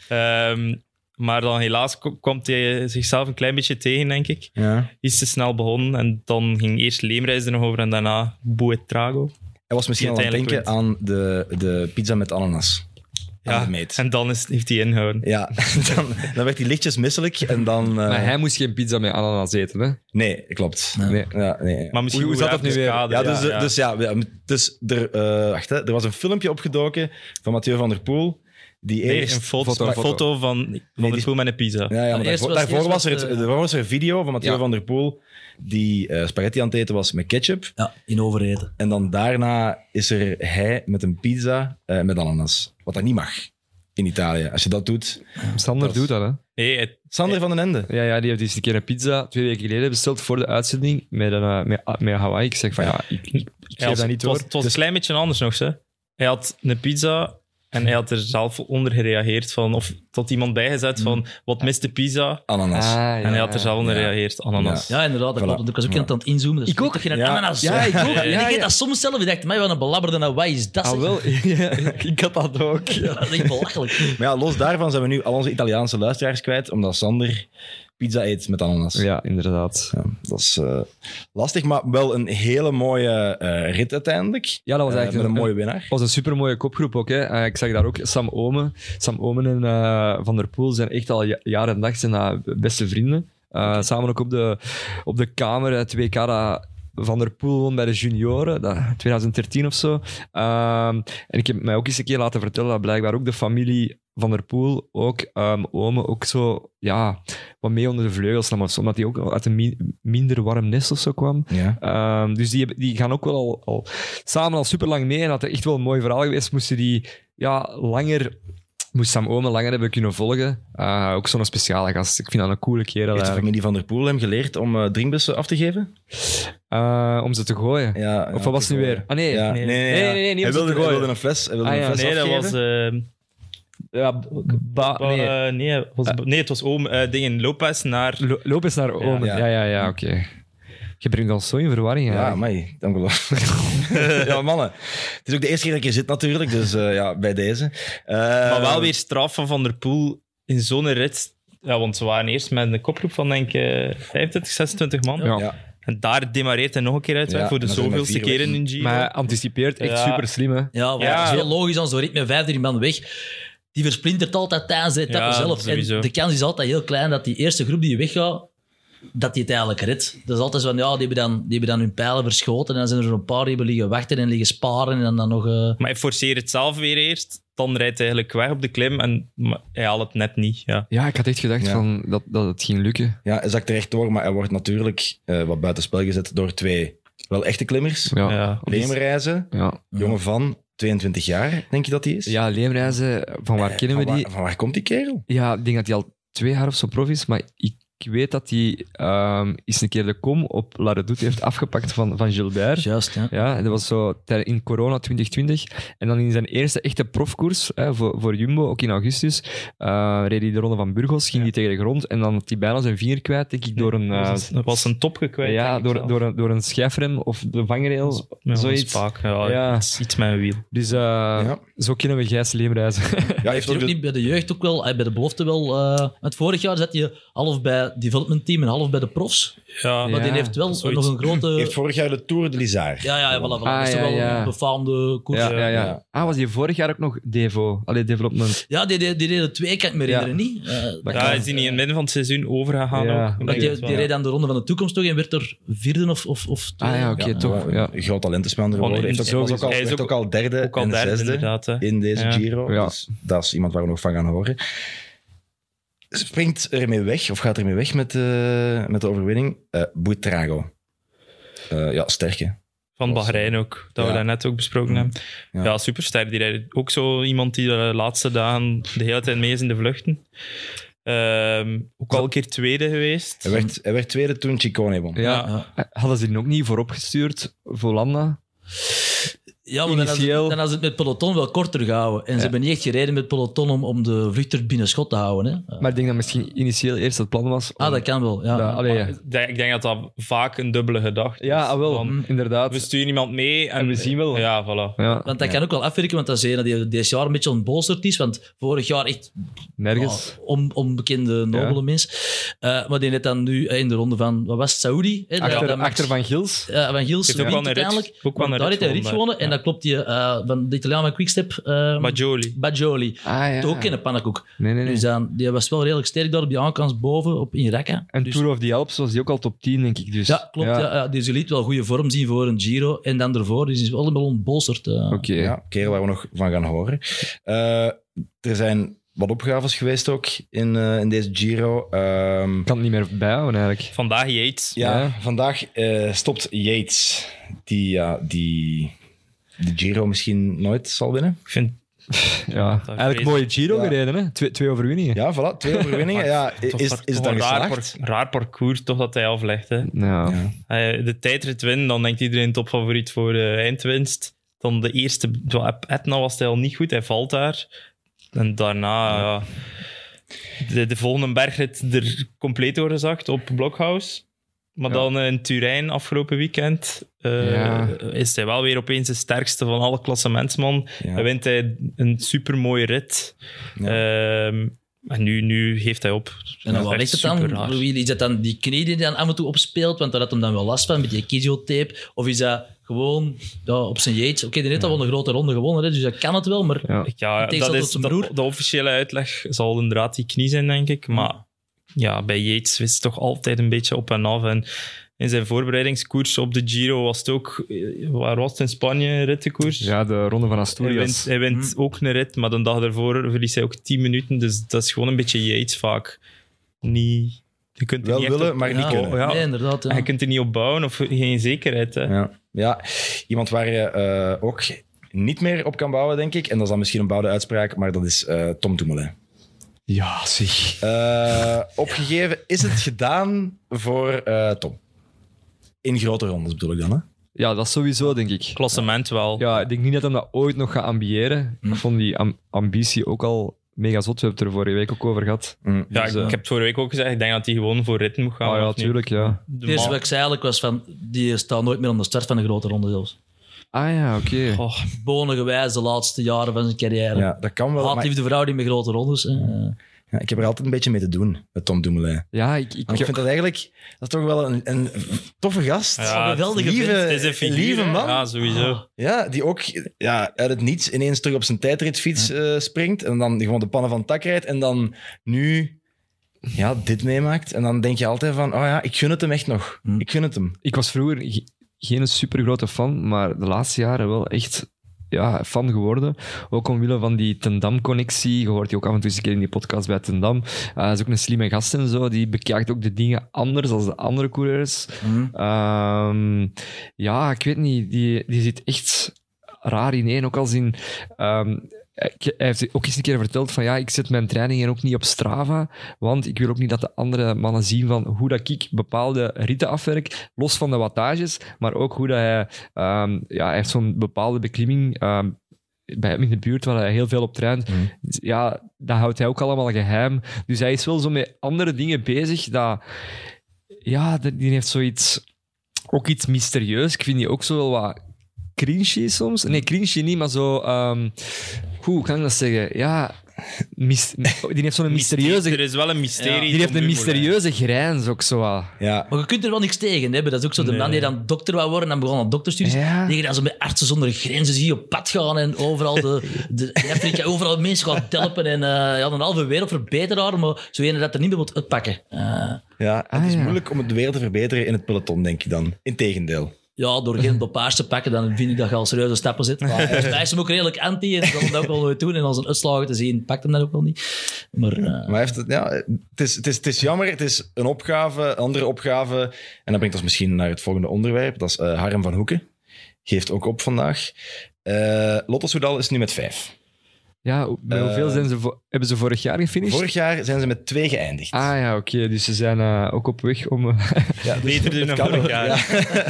S5: ehm, maar dan helaas ko- komt hij zichzelf een klein beetje tegen, denk ik.
S2: Ja.
S5: Iets te snel begonnen. En dan ging eerst Leemreizen er nog over en daarna Boetrago.
S2: Hij was misschien
S5: Die
S2: al aan het denken
S5: uiteindelijk
S2: aan de, de pizza met ananas. Aan de meet.
S5: en dan is, heeft hij ingehouden.
S2: Ja, dan, dan werd hij lichtjes misselijk en dan... eh,
S3: Maar hij moest geen pizza met ananas eten, hè?
S2: Nee, klopt.
S3: Nee.
S2: Ja, nee.
S5: Maar misschien
S3: Hoe- hoe zat dat nu weer?
S2: Ja, dus, dus ja, ja, dus er, eh, wacht, hè, er was een filmpje opgedoken van Mathieu van der Poel. Die
S5: Nee,
S2: eerst.
S5: een foto,
S3: foto,
S5: een
S3: foto.
S5: foto van, van
S2: Nee,
S5: de
S2: die-
S5: poel met een pizza.
S2: Ja, ja, maar
S4: Eerst
S2: daarvoor,
S4: was-
S2: daarvoor
S4: eerst
S2: was,
S4: was eh,
S2: er het,
S4: de-
S2: daarvoor was er een video van Mathieu
S3: Ja.
S2: van der Poel die eh, spaghetti aan het eten was met ketchup.
S4: Ja, in overheden.
S2: En dan daarna is er hij met een pizza eh, met ananas. Wat dat niet mag in Italië. Als je dat doet.
S3: Sander
S2: Dat is-
S3: doet dat, hè?
S5: Nee, het-
S2: Sander van den Ende.
S3: Ja, ja, die heeft eens een keer een pizza twee weken geleden besteld voor de uitzending met, een, eh, met, met Hawaii. Ik zeg van ja, ik, ik, ik
S5: hij
S3: geef
S5: had-
S3: dat niet
S5: het was,
S3: door.
S5: het was een klein beetje anders nog. Zo. Hij had een pizza en hij had er zelf onder gereageerd. Van, of tot iemand bijgezet van, wat mist de pizza?
S2: Ananas.
S3: Ah,
S5: En hij had er zelf onder
S2: ja.
S5: gereageerd, ananas.
S4: Ja, inderdaad, dat
S2: Voilà.
S4: klopt. Want ik was ook aan het inzoomen. Dus
S3: Ik ook.
S4: Dat je naar
S2: Ja.
S4: ananas
S3: Ja, ik ook.
S4: En
S3: Ja,
S4: ik
S3: ja.
S4: deed dat soms zelf. Ik dacht, mij wat een belabberde nou, wat is dat?
S3: Ah,
S4: zeg?
S3: wel. Ja, ik had dat ook.
S4: Ja, dat is echt belachelijk.
S2: Maar ja, los daarvan zijn we nu al onze Italiaanse luisteraars kwijt. Omdat Sander pizza eet met ananas.
S3: Ja, inderdaad.
S2: Ja, dat is eh, lastig, maar wel een hele mooie eh, rit uiteindelijk.
S3: Ja, dat was
S2: Eh,
S3: eigenlijk
S2: met een
S3: een-
S2: mooie winnaar.
S3: Het was een supermooie kopgroep ook. Hè. Eh, ik zag daar ook Sam Omen. Sam Omen en eh, Van der Poel zijn echt al ja- jaar en dag zijn dat beste vrienden. Eh, Samen ook op de, op de kamer, het WK dat Van der Poel won bij de junioren, dat, 2013 of zo. Ehm, en ik heb mij ook eens een keer laten vertellen dat blijkbaar ook de familie Van der Poel, ook ehm Omen, ook zo ja, wat mee onder de vleugels nam of zo. Omdat hij ook uit een mi- minder warm nest of zo kwam.
S2: Ja.
S3: Ehm, dus die, hebben- die gaan ook wel al, al samen al super lang mee. En dat is echt wel een mooi verhaal geweest. Moesten die ja, langer. Moest Sam Omen langer hebben kunnen volgen. Eh, ook zo'n speciale gast. Ik vind dat een coole kerel
S2: Heeft de
S3: eigenlijk.
S2: familie van der Poel hem geleerd om eh, drinkbussen af te geven?
S3: Eh, om ze te gooien.
S2: Ja, ja,
S3: of wat was het nu weer? Ah nee.
S2: Ja.
S5: Nee.
S3: Nee, nee, nee, niet
S2: hij,
S3: om ze
S2: wilde,
S3: te
S2: hij
S3: gooien.
S2: wilde een fles, hij wilde
S3: Ah,
S2: een
S3: ja.
S2: fles
S5: Nee, dat
S2: afgeven.
S5: was... eh,
S3: Ja, b- ba-
S5: Ba-
S3: nee.
S5: eh, nee, het was, nee, het was oom eh, dingen Lopez naar.
S3: Lo- loop eens naar Omen.
S2: Ja.
S3: Ja, ja, ja, oké. Je brengt ons zo in verwarring.
S2: Ja,
S3: eigenlijk.
S2: mij, dank u wel. ja, mannen. Het is ook de eerste keer dat ik hier zit natuurlijk, dus eh, ja, bij deze. Eh,
S5: maar wel weer straf van Van der Poel in zo'n rit. Ja, want ze waren eerst met een kopgroep van denk ik eh, 25, 26 man.
S3: Ja.
S2: Ja.
S5: En daar demareert hij nog een keer uit,
S2: Ja,
S5: hè, voor de
S2: en dan zijn we
S5: zoveelste
S2: vier
S5: keer
S2: weg.
S5: in een Giro.
S3: Maar hij anticipeert echt
S5: Ja.
S3: super slim. Hè.
S4: Ja, want
S5: Ja.
S4: het is heel logisch aan zo'n ritme. Vijf, drie man weg. Die versplintert altijd tijdens de etappe
S5: Ja,
S4: zelf.
S5: sowieso.
S4: En de kans is altijd heel klein dat die eerste groep die weggaat, dat die het eigenlijk redt. Dat is altijd zo van, ja, die hebben dan, die hebben dan hun pijlen verschoten. En dan zijn er zo'n paar die hebben liggen wachten en liggen sparen. En dan, dan nog... eh,
S5: Maar hij forceert het zelf weer eerst. Dan rijdt hij eigenlijk weg op de klim en maar hij haalt het net niet. Ja.
S3: Ja, ik had echt gedacht
S2: Ja.
S3: van dat, dat het ging lukken.
S2: ja, hij zakt er echt door, maar hij wordt natuurlijk eh wat buitenspel gezet door twee wel echte klimmers.
S3: Ja. Ja.
S5: Ja.
S2: Leemreizen,
S3: Ja.
S2: jongen van 22 jaar, denk je dat hij is?
S3: leemreizen, van
S5: Eh,
S3: waar kennen we
S2: van,
S3: die?
S2: Waar, van waar komt die kerel?
S3: Ja, ik denk dat hij al twee jaar of zo prof is, maar ik weet dat hij ehm eens een keer de kom op La Redoute heeft afgepakt van, van Gilbert.
S4: Juist, ja.
S3: Ja, en dat was zo ter- in corona 2020. En dan in zijn eerste echte profkoers hè, voor, voor Jumbo, ook in augustus, eh, reed hij de ronde van Burgos, ging hij tegen de grond en dan had hij bijna zijn vinger kwijt, denk ik, door een... eh,
S5: was, een, was een top gekwijt.
S3: ja,
S5: denk ik
S3: door,
S5: zelf.
S3: door, een, door een schijfrem of de vangrail,
S5: Ja, een
S3: zoiets.
S5: spaak. Ja,
S3: Ja.
S5: Iets, iets met een wiel.
S3: Dus eh, zo kennen we Gijs Leemreizen.
S2: Ja, hij heeft
S4: Heeft
S2: ook
S4: hij ook
S2: de-
S4: niet bij de jeugd ook wel, eh, bij de belofte wel. eh want vorig jaar zat je half bij het development team en half bij de profs.
S5: Ja,
S4: Maar die
S3: Ja,
S4: heeft wel
S5: zoiets.
S4: nog een grote.
S2: heeft vorig jaar de Tour de Lizard.
S4: Ja, ja, ja, voilà, voilà.
S3: Ah,
S4: dat is toch
S3: ja,
S4: wel
S3: ja.
S4: een befaamde koers.
S3: Ja,
S4: Ja,
S3: ja,
S2: ja.
S3: ja. Ah, was hij vorig jaar ook nog Devo? Allee, Development.
S4: die, die, die reden twee, kan ik me
S3: Ja.
S4: herinneren niet. Eh,
S3: Dat
S5: ja,
S3: kan.
S5: hij is die niet in het midden van het seizoen overgegaan
S3: Ja.
S5: ook.
S4: want die,
S5: Ja.
S4: die reed aan de Ronde van de Toekomst toch en werd er vierde of, of, of
S3: Ah
S4: tweede.
S3: ja, oké, toch.
S2: Een
S3: Ja.
S2: groot talentenspanner geworden.
S5: Oh, nee,
S2: Heeft ook, was ook al,
S5: hij is
S2: werd
S5: ook-
S2: ook al derde
S5: Ook al
S2: en
S5: derde,
S2: zesde
S5: inderdaad. hè.
S2: in deze
S5: Ja.
S2: Giro.
S3: Ja.
S2: Dus dat is iemand waar we nog van gaan horen. Springt ermee weg, of gaat ermee weg met, eh, met de overwinning? Eh Boetrago. Eh, ja, sterke.
S5: Van
S2: was-
S5: Bahrein ook, dat
S2: Ja.
S5: we daarnet ook besproken hebben.
S2: Ja.
S5: Ja, superster. Die rijdt ook zo iemand die de laatste dagen de hele tijd mee is in de vluchten. Ehm, ook al een keer tweede geweest.
S2: Hij werd, hij werd tweede toen Ciccone won.
S3: Ja. Hadden ze die ook niet voorop gestuurd voor Landa?
S4: Ja, maar dan hadden ze-
S3: Initieel.
S4: dan hadden ze het met peloton wel korter gehouden. En ze hebben niet echt gereden met peloton om, om de vluchter binnen schot te houden. Hè.
S3: Maar ik denk dat misschien initieel eerst het plan was. om-
S4: ah, dat kan wel. Ja.
S3: dat- allee, ja.
S5: Ik denk- Ik denk dat dat vaak een dubbele gedachte
S3: Ja,
S5: is.
S3: ah, wel,
S5: Van,
S3: inderdaad.
S5: we sturen iemand mee en,
S3: En we zien wel.
S5: Ja, voilà.
S3: ja,
S4: Want dat kan ook wel afwerken, want dat is een die deze jaar een beetje ontbolsterd is. Want vorig jaar echt
S3: nergens.
S4: ah, on- onbekende, nobele
S3: Ja.
S4: mens. Eh, maar die net dan nu eh, in de ronde van, wat was het, Saudi? Hè,
S3: achter,
S4: dat Max-
S3: achter Van Gils.
S4: eh, van Giels
S5: Heeft ook
S4: wint
S5: wel een rit-
S4: uiteindelijk.
S5: ook wel een
S4: Want daar heeft hij
S5: rit
S4: een rit
S5: gewonnen,
S4: gewonnen. En
S5: ja.
S4: dat klopt, die, eh, van de Italiaan van Quickstep, eh
S5: Maar Jolie.
S4: Bajoli.
S3: Ah, ja.
S4: Ook in een pannenkoek.
S3: Nee, nee, nee.
S4: Dus dan, die was wel redelijk sterk daar op die aankant boven op, in Raqqa.
S3: en
S4: dus-
S3: Tour of the Alps was die ook al top 10, denk ik. Dus.
S4: Ja, klopt. Ja. ja, dus je liet wel goede vorm zien voor een Giro. En dan ervoor, dus is wel een ontbolsterd. eh.
S3: Oké.
S2: Ja, kerel waar we nog van gaan horen. Eh, er zijn wat opgaves geweest ook in, eh, in deze Giro. Ehm,
S3: Ik kan het niet meer bijhouden, eigenlijk.
S5: Vandaag Yates.
S2: ja,
S3: Ja.
S2: vandaag eh, stopt Yates, die, ja, die de Giro misschien nooit zal winnen.
S5: Ik vind
S3: Ja. Eigenlijk
S5: vrees-
S3: mooie Giro
S2: Ja.
S3: gereden, hè? Twee, twee overwinningen.
S2: Ja, voilà, twee overwinningen. ja, is
S5: toch-
S2: is
S5: toch
S2: het
S5: een
S2: dan
S5: raar,
S2: geslaagd?
S5: par- raar parcours toch dat hij aflegt. Hè.
S3: Ja.
S5: Hij Eh, de tijdrit winnen, dan denkt iedereen topfavoriet voor eh, eindwinst. Dan de eerste, zo, Ep- Etna was hij al niet goed, hij valt daar. En daarna, ja. de, de volgende bergrit er compleet doorgezakt op Blockhouse. Maar
S3: Ja.
S5: dan eh, in Turijn afgelopen weekend eh,
S3: Ja.
S5: is hij wel weer opeens de sterkste van alle klassementsman.
S2: Ja.
S5: Hij wint hij een supermooie rit. Ehm, en nu, nu geeft hij op.
S4: En dan wat ligt
S5: echt
S4: het dan?
S5: superraar.
S4: Louis, Is dat dan die knie die dan af en toe opspeelt? Want daar had hem dan wel last van, met die kieziotape. Of is dat gewoon ja, op zijn jeets? Oké, die heeft al wel een grote ronde gewonnen, hè, dus dat kan het wel. Maar
S3: Ja.
S5: Ik- Ja, dat
S4: tegenstelling
S5: is
S4: tot zijn
S5: dat-
S4: broer.
S5: de officiële uitleg zal inderdaad die knie zijn, denk ik. Maar ja, bij Yates is het toch altijd een beetje op en af. En in zijn voorbereidingskoers op de Giro was het ook... eh, Waar was het in Spanje, een rittenkoers?
S3: Ja, de ronde van
S5: hij wint,
S3: Asturias.
S5: hij wint
S4: Hmm.
S5: ook een rit, maar de dag daarvoor verliest hij ook 10 minuten. Dus dat is gewoon een beetje Yates vaak. Niet, je kunt er
S2: Wel
S5: niet echt
S2: willen,
S5: op-
S2: maar niet
S4: ja,
S2: kunnen.
S5: Ja.
S4: Nee, inderdaad.
S5: En
S4: Ja.
S5: je kunt er niet op bouwen of geen zekerheid. Hè.
S2: Ja. ja, iemand waar je eh, ook niet meer op kan bouwen, denk ik. En dat is dan misschien een bouwde uitspraak, maar dat is eh, Tom Dumoulin.
S3: Ja, zeg.
S2: Eh, opgegeven is het gedaan voor eh, Tom. In grote rondes bedoel ik dan, hè?
S3: Ja, dat sowieso, denk ik.
S5: Klassement wel.
S3: Ja, ik denk niet dat hij dat ooit nog gaat ambiëren. Ik vond die am- ambitie ook al mega zot. We hebben het er vorige week ook over gehad.
S5: Ja,
S3: Dus,
S5: ik,
S3: eh,
S5: ik heb het vorige week ook gezegd. Ik denk dat hij gewoon voor rit moet gaan.
S3: ah, ja,
S5: of niet.
S3: natuurlijk, ja.
S5: De
S4: Het eerste
S5: man-
S4: wat ik zei eigenlijk was van, die staat nooit meer aan de start van een grote ronde zelfs.
S3: Ah ja, oké.
S5: Oh,
S4: Bonengewijs de laatste jaren van zijn carrière.
S2: Ja, dat kan wel.
S4: Haat
S2: maar-
S4: liefde verhouding met grote rondes. hè.
S2: ja, ik heb er altijd een beetje mee te doen, met Tom Dumoulin.
S3: Ja, ik, ik,
S2: Maar ik vind dat eigenlijk... Dat is toch wel een, een toffe gast.
S5: ja,
S4: geweldige
S5: het is-
S2: vent.
S5: het is een figuur,
S2: Lieve man.
S5: Ja,
S4: Oh. Ah,
S5: sowieso.
S2: Ja, die ook ja, uit het niets ineens terug op zijn tijdritfiets eh, springt. En dan gewoon de pannen van het tak rijdt. En dan nu ja, dit meemaakt. En dan denk je altijd van, oh ja, ik gun het hem echt nog.
S3: Hm.
S2: Ik gun het hem.
S3: ik was vroeger ge- geen super grote fan, maar de laatste jaren wel echt ja, fan geworden. Ook omwille van die Tendam-connectie. Je hoort die ook af en toe eens een keer in die podcast bij Tendam. Eh, Hij is ook een slimme gast en zo. Die bekijkt ook de dingen anders dan de andere coureurs.
S4: Mhm.
S3: Ehm, ja, ik weet niet. Die, die zit echt raar in één. Ook als in. ehm, ik- hij heeft ook eens een keer verteld van ja, ik zet mijn trainingen ook niet op Strava, want ik wil ook niet dat de andere mannen zien van hoe dat ik bepaalde ritten afwerk, los van de wattages, maar ook hoe dat hij, ehm, ja, hij heeft zo'n bepaalde beklimming ehm, bij hem in de buurt waar hij heel veel op traint. Dus Ja, dat houdt hij ook allemaal geheim. Dus hij is wel zo met andere dingen bezig dat, ja, dat- die heeft zoiets, ook iets mysterieus. Ik vind die ook zo wel wat cringy soms. Nee, cringy niet, maar zo... ehm, hoe kan ik dat zeggen? Ja, mis- die heeft zo'n
S5: Mysterie-
S3: mysterieuze...
S5: Er is wel een mysterie.
S4: Ja.
S5: Tom
S3: Die heeft een
S5: Dumoulin.
S3: mysterieuze grijns ook zo wat.
S2: Ja,
S4: Maar je kunt er wel niks tegen hebben. Dat is ook zo de man die dan dokter wou worden en begon aan dokterstudies.
S3: Ja.
S4: Tegen dat ze met artsen zonder grenzen zie je op pad gaan en overal de, de, in Afrika, overal mensen gaan helpen en eh, ja, een halve wereld verbeteren, maar zo ene dat er niet meer moet uitpakken. Eh,
S2: ja. het is
S3: Ah, ja.
S2: moeilijk om het weer te verbeteren in het peloton, denk ik dan. Integendeel.
S4: ja, door geen dopaars te pakken, dan vind ik dat je al serieuze stappen zit. Maar volgens mij is hem ook redelijk anti en zal hem dat ook wel nooit doen. En als een uitslagen te zien, pakt hem dat ook wel niet. Maar eh,
S2: Maar hij heeft het, ja, het, is, het, is, het is jammer, het is een opgave, een andere opgave. En dat brengt ons misschien naar het volgende onderwerp. Dat is eh, Harm van Hoeken. Geeft ook op vandaag. Eh Lotto Soudal is nu met vijf.
S3: Ja, met
S2: Eh,
S3: hoeveel zijn ze vo- hebben ze vorig jaar gefinished?
S2: Vorig jaar zijn ze met twee geëindigd.
S3: Ah ja, oké. Dus ze zijn eh, ook op weg om... eh,
S2: Ja, dus
S5: Beter
S2: het
S5: doen dan
S2: kan
S5: vorig
S2: nog,
S5: jaar.
S2: ja.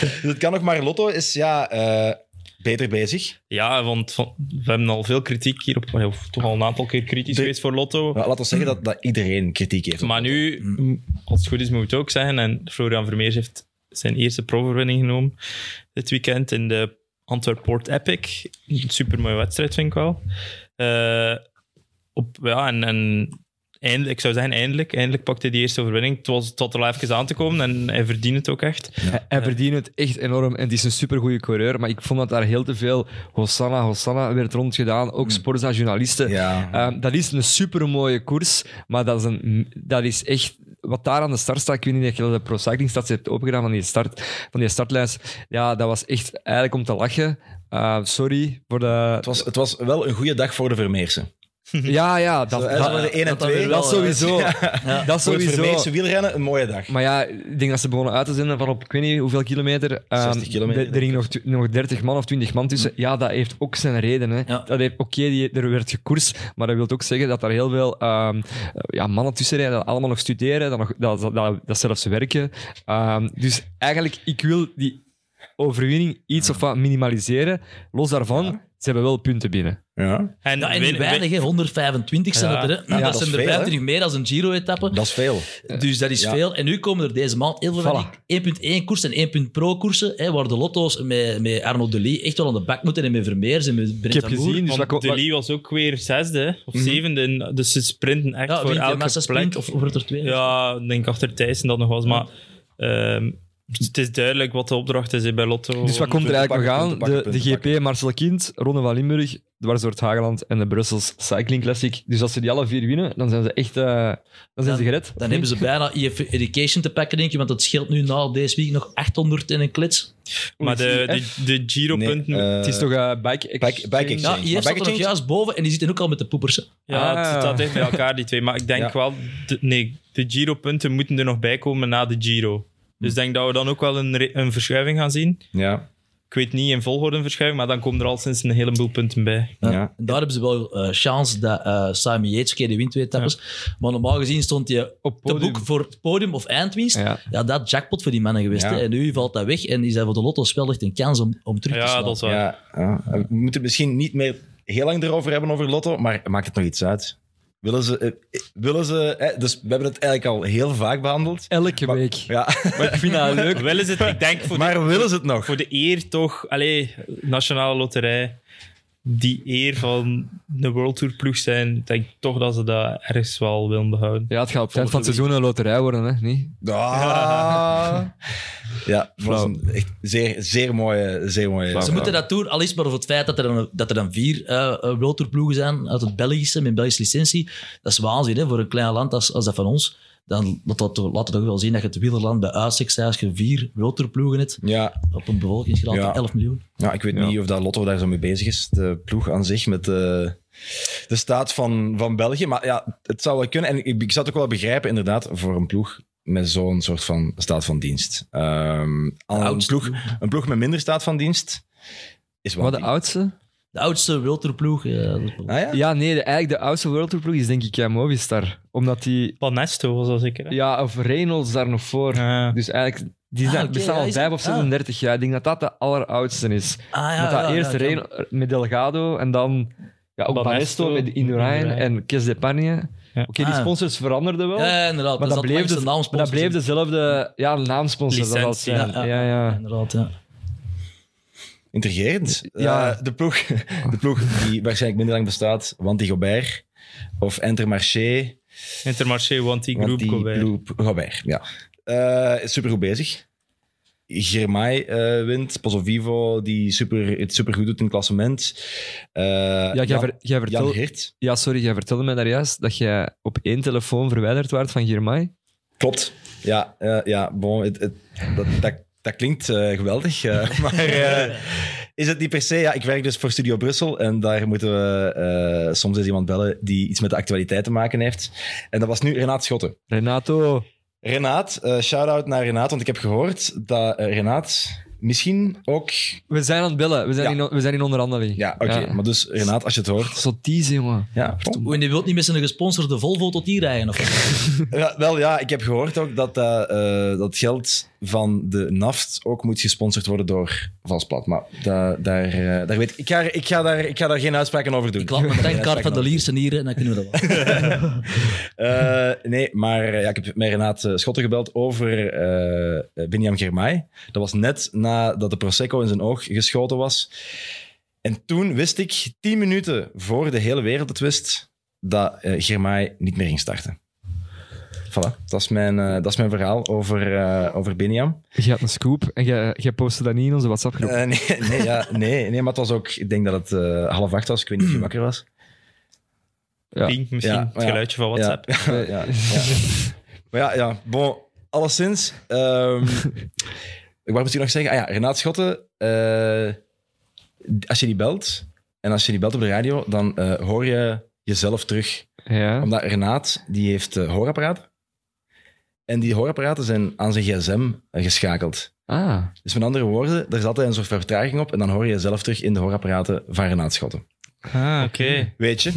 S2: dus het kan nog maar. Lotto is ja. eh, beter bezig.
S5: Ja, want van- we hebben al veel kritiek hierop, of toch al een aantal keer kritisch
S2: De-
S5: geweest voor Lotto.
S2: Maar laten we zeggen dat, dat iedereen kritiek heeft.
S5: Maar nu, als het goed is, moet ik het ook zeggen. En Florian Vermeers heeft zijn eerste proverwinning genomen dit weekend in de Antwerp Port Epic. Een supermooie wedstrijd, vind ik wel. Eh, op, ja, en, en eindelijk, ik zou zeggen eindelijk, eindelijk pakte hij die eerste overwinning. Het was tot er al even aan te komen en hij verdient het ook echt.
S3: Hij, hij verdient het echt enorm. En het is een supergoeie coureur. Maar ik vond dat daar heel te veel Hosanna, Hosanna werd rondgedaan. Ook Sporza
S4: eh,
S3: journalisten.
S2: Hmm. Ja.
S3: Ehm, dat is een supermooie koers. Maar dat is, een, dat is echt... Wat daar aan de start staat, ik weet niet of je dat de Pro Cycling Stats hebt opgedaan van die, start, van die startlijst. Ja, dat was echt eigenlijk om te lachen. Eh, sorry voor de...
S2: Het was, het was wel een goede dag voor de Vermeersen.
S3: Ja, ja, dat,
S2: Zo, hè,
S3: dat,
S2: zo de 1 en
S4: dat dan
S2: 2.
S4: weer
S3: dat
S4: wel, eh, hè.
S3: sowieso. Dat
S2: Voor het
S3: sowieso.
S2: Vermeerse wielrennen, een mooie dag.
S3: Maar ja, ik denk dat ze begonnen uit te zenden van op ik weet niet hoeveel kilometer. Hm. Ehm,
S2: 60 kilometer,
S3: de- Er ging nog, tw- nog 30 man of 20 man tussen. Ja, dat heeft ook zijn reden. Hè.
S4: Ja.
S3: Dat heeft, oké, die er werd gekoers, maar dat wil ook zeggen dat er heel veel ehm, ja, mannen tussen rijden, dat allemaal nog studeren, dat, nog, dat, dat, dat, dat zelfs werken. Ehm, dus eigenlijk, ik wil die overwinning iets of wat minimaliseren. Los daarvan, ze hebben wel punten binnen.
S2: Ja.
S5: En,
S4: Ja, en
S5: win-
S4: niet
S5: win-
S4: weinig, hè. 125 zijn
S5: Ja.
S4: dat er. Hè. dat,
S2: dat is
S4: zijn er
S2: veel, hè.
S4: 25 meer dan een Giro-etappe.
S2: Dat is veel.
S4: Dus dat is
S2: Ja.
S4: veel. En nu komen er deze maand heel veel van die 1.1 koersen en 1.1 pro koersen, hè, waar de lotto's met, met Arno Delis echt wel aan de bak moeten en met Vermeers en met Brent
S3: Ik heb gezien, dus
S5: Want
S3: dat komt-
S5: de Lee was ook weer zesde hè, of zevende. en Dus ze sprinten echt
S4: Ja,
S5: voor
S4: wint de
S5: elke
S4: massasprint
S5: plek.
S4: of wordt er twee?
S5: Ja, ik denk achter Thijssen dat nog was. Maar ehm, het is duidelijk wat de opdracht is hè, bij Lotto.
S3: Dus wat
S5: Om-
S3: komt er eigenlijk nog aan?
S2: punten pakken,
S3: De, de
S2: punten
S3: GP Marcel Kind, Ronde van Limburg, Dwarsdoort Hageland en de Brussels Cycling Classic. Dus als ze die alle vier winnen, dan zijn ze echt eh, dan zijn ze gered.
S4: Dan hebben ze bijna IF Education te pakken, denk je, want dat scheelt nu na deze week nog 800 in een klits.
S5: Maar de, de, de
S2: Nee,
S5: Giro-punten...
S2: eh,
S3: het is toch eh bike
S2: Bike- bike exchange.
S4: Ja,
S2: Maar
S4: IF staat er nog
S2: Baggage-
S4: juist boven en die zitten ook al met de poepers. hè.
S5: ja,
S3: ah.
S5: het staat echt bij elkaar, die twee. Maar ik denk
S2: Ja.
S5: wel... De, nee, de Giro-punten moeten er nog bij komen na de Giro. Dus ik denk dat we dan ook wel een, re- een verschuiving gaan zien.
S2: Ja.
S5: Ik weet niet in volgorde een verschuiving, maar dan komen er al sinds een heleboel punten bij.
S2: Ja.
S4: En daar hebben ze wel eh, chance dat eh Simon Yates, oké, die wint twee etappes. Maar normaal gezien stond hij
S3: Op
S4: te
S3: podium.
S4: boek voor het podium of eindwinst.
S3: Ja.
S4: Ja. dat jackpot voor die mannen geweest.
S2: Ja.
S4: Hè? En nu valt dat weg en is dat voor de lotto's wel echt een kans om, om terug te
S5: Ja,
S4: slaan.
S5: dat is waar.
S2: Ja, ja. We moeten het misschien niet meer heel lang erover hebben over Lotto, maar maakt het nog iets uit? Willen ze... eh, willen ze eh, dus we hebben het eigenlijk al heel vaak behandeld.
S3: Elke
S2: Maar-
S3: week.
S2: Ja.
S3: Maar ik vind dat leuk.
S5: Wel is het, ik denk, voor, de,
S2: Maar willen ze het nog?
S5: voor de eer toch... Allee, Nationale Loterij... Die eer van de World Tour ploeg zijn, ik denk toch dat ze dat ergens wel willen behouden.
S3: Ja, het gaat op het eind van het seizoen een loterij worden, hè? Niet?
S2: Ah. Ja, het was een echt zeer, zeer mooie... Zeer mooie
S4: Ze moeten dat doen, al is maar voor het feit dat er dan, dat er dan vier eh ploegen zijn uit het Belgische, met een Belgische licentie. Dat is waanzin hè, voor een klein land als, als dat van ons. Dan laat dat, laat dat toch wel zien dat je het wielerland bij uitzicht zijn als je vier Worldtourploegen hebt
S2: Ja,
S4: op een bevolkingsgraad
S2: Ja.
S4: van 11 miljoen.
S2: ja, ik weet niet of dat Lotto daar zo mee bezig is. De ploeg aan zich met eh, de, de staat van, van België. Maar ja, het zou wel kunnen. En ik, ik zou het ook wel begrijpen, inderdaad, voor een ploeg met zo'n soort van staat van dienst. Ehm, een,
S4: oudste
S2: ploeg, een ploeg met minder staat van dienst is wel...
S3: Maar de
S2: een-
S3: oudste?
S4: De oudste Worldtourploeg. eh, dat is wel-
S2: Ah, ja?
S3: Ja, nee, de, eigenlijk de oudste World Tour ploeg is denk ik ja, Movistar. Omdat die...
S5: Panesto was dat zeker. hè?
S3: Ja, of Reynolds daar nog voor.
S5: Ja.
S3: Dus eigenlijk, die
S4: Ah,
S3: zijn,
S4: oké,
S3: bestaan
S4: ja,
S3: al
S4: is-
S3: 5 of
S4: ah.
S3: 36 jaar. Ik denk dat dat de alleroudste is.
S4: Ah, ja,
S3: met dat
S4: ja,
S3: eerste
S4: ja, ja.
S3: Reyn- met Delgado en dan ja, ook
S5: Banesto,
S3: Banesto met Indurain
S5: Indurain.
S3: en Kes de Pagne.
S5: Ja.
S3: Oké, die
S4: Ah.
S3: sponsors veranderden wel.
S4: Ja, ja, inderdaad.
S3: Maar dat, bleef de,
S4: de
S3: maar dat bleef dezelfde ja, naamsponsor. Dat zal het
S5: Licentie.
S3: zijn. Ja, ja.
S4: Inderdaad, ja.
S2: Intrigerend.
S3: Ja.
S2: Eh, de, ploeg, de ploeg die waarschijnlijk minder lang bestaat, want die Gobert of Intermarché...
S5: Intermarché, want die groep
S2: Want die
S5: komt bij.
S2: Bloep- Gobert, ja. Eh, is supergoed bezig. Germay eh wint. Posovivo, die super, het supergoed doet in het klassement. Eh,
S3: Ja, jij,
S2: Jan,
S3: ver- jij
S2: Jan
S3: vertel,
S2: Geert.
S3: ja, sorry, jij vertelde mij daar juist dat jij op één telefoon verwijderd werd van Girmay.
S2: Klopt. Ja, eh, ja bon, het, het- dat, dat, dat klinkt eh, geweldig. eh, maar eh, is het niet per se... Ja, ik werk dus voor Studio Brussel en daar moeten we eh, soms eens iemand bellen die iets met de actualiteit te maken heeft. En dat was nu Renaat Schotten.
S3: Renato,
S2: Renaat, eh shout-out naar Renaat, want ik heb gehoord dat eh, Renaat Misschien ook...
S3: We zijn aan het bellen. We zijn,
S2: Ja.
S3: in, on- we zijn in onderhandeling.
S2: Ja, oké. Maar dus, Renaat, als je het hoort...
S3: Zo teasen, jongen.
S2: Ja,
S4: Oh, En je wilt niet met zijn gesponsorde Volvo tot hier rijden? Of? wat?
S2: Ja, wel ja, ik heb gehoord ook dat dat, eh, dat geld van de NAFT ook moet gesponsord worden door Valsplat. Maar da- daar, eh, daar weet ik, ik, ga, ik, ga daar, ik ga daar geen uitspraken over doen.
S4: Ik laat mijn tankkaart van de Liersen hier en dan kunnen we dat wel.
S2: Eh, nee, maar eh, ja, ik heb met Renaat eh, Schotten gebeld over eh Benjamin Germay. Dat was net nadat de Prosecco in zijn oog geschoten was. En toen wist ik, tien minuten voor de hele wereld het wist, dat eh Germay niet meer ging starten. Voilà, dat is mijn, eh, dat is mijn verhaal over, eh over Benjamin.
S3: Je hebt een scoop en jij, jij postte dat niet in onze WhatsApp-groep.
S2: Eh, nee, nee, ja, nee, nee, maar het was ook, ik denk dat het eh, half acht was, ik weet niet of je wakker was.
S3: Ja.
S5: Ping, misschien
S2: Ja,
S5: het
S2: ja.
S5: geluidje van WhatsApp.
S2: Ja, ja, ja, Maar ja, ja, bon, alleszins. ehm, ik wou misschien nog zeggen, ah ja, Renaat Schotten, eh, als je die belt, en als je die belt op de radio, dan eh, hoor je jezelf terug.
S3: Ja.
S2: Omdat Renaat, die heeft eh, hoorapparaten. En die hoorapparaten zijn aan zijn gsm eh, geschakeld.
S3: Ah.
S2: Dus met andere woorden, er zat een soort vertraging op en dan hoor je jezelf terug in de hoorapparaten van Renaat Schotten.
S5: Ah, oké.
S2: Weet je?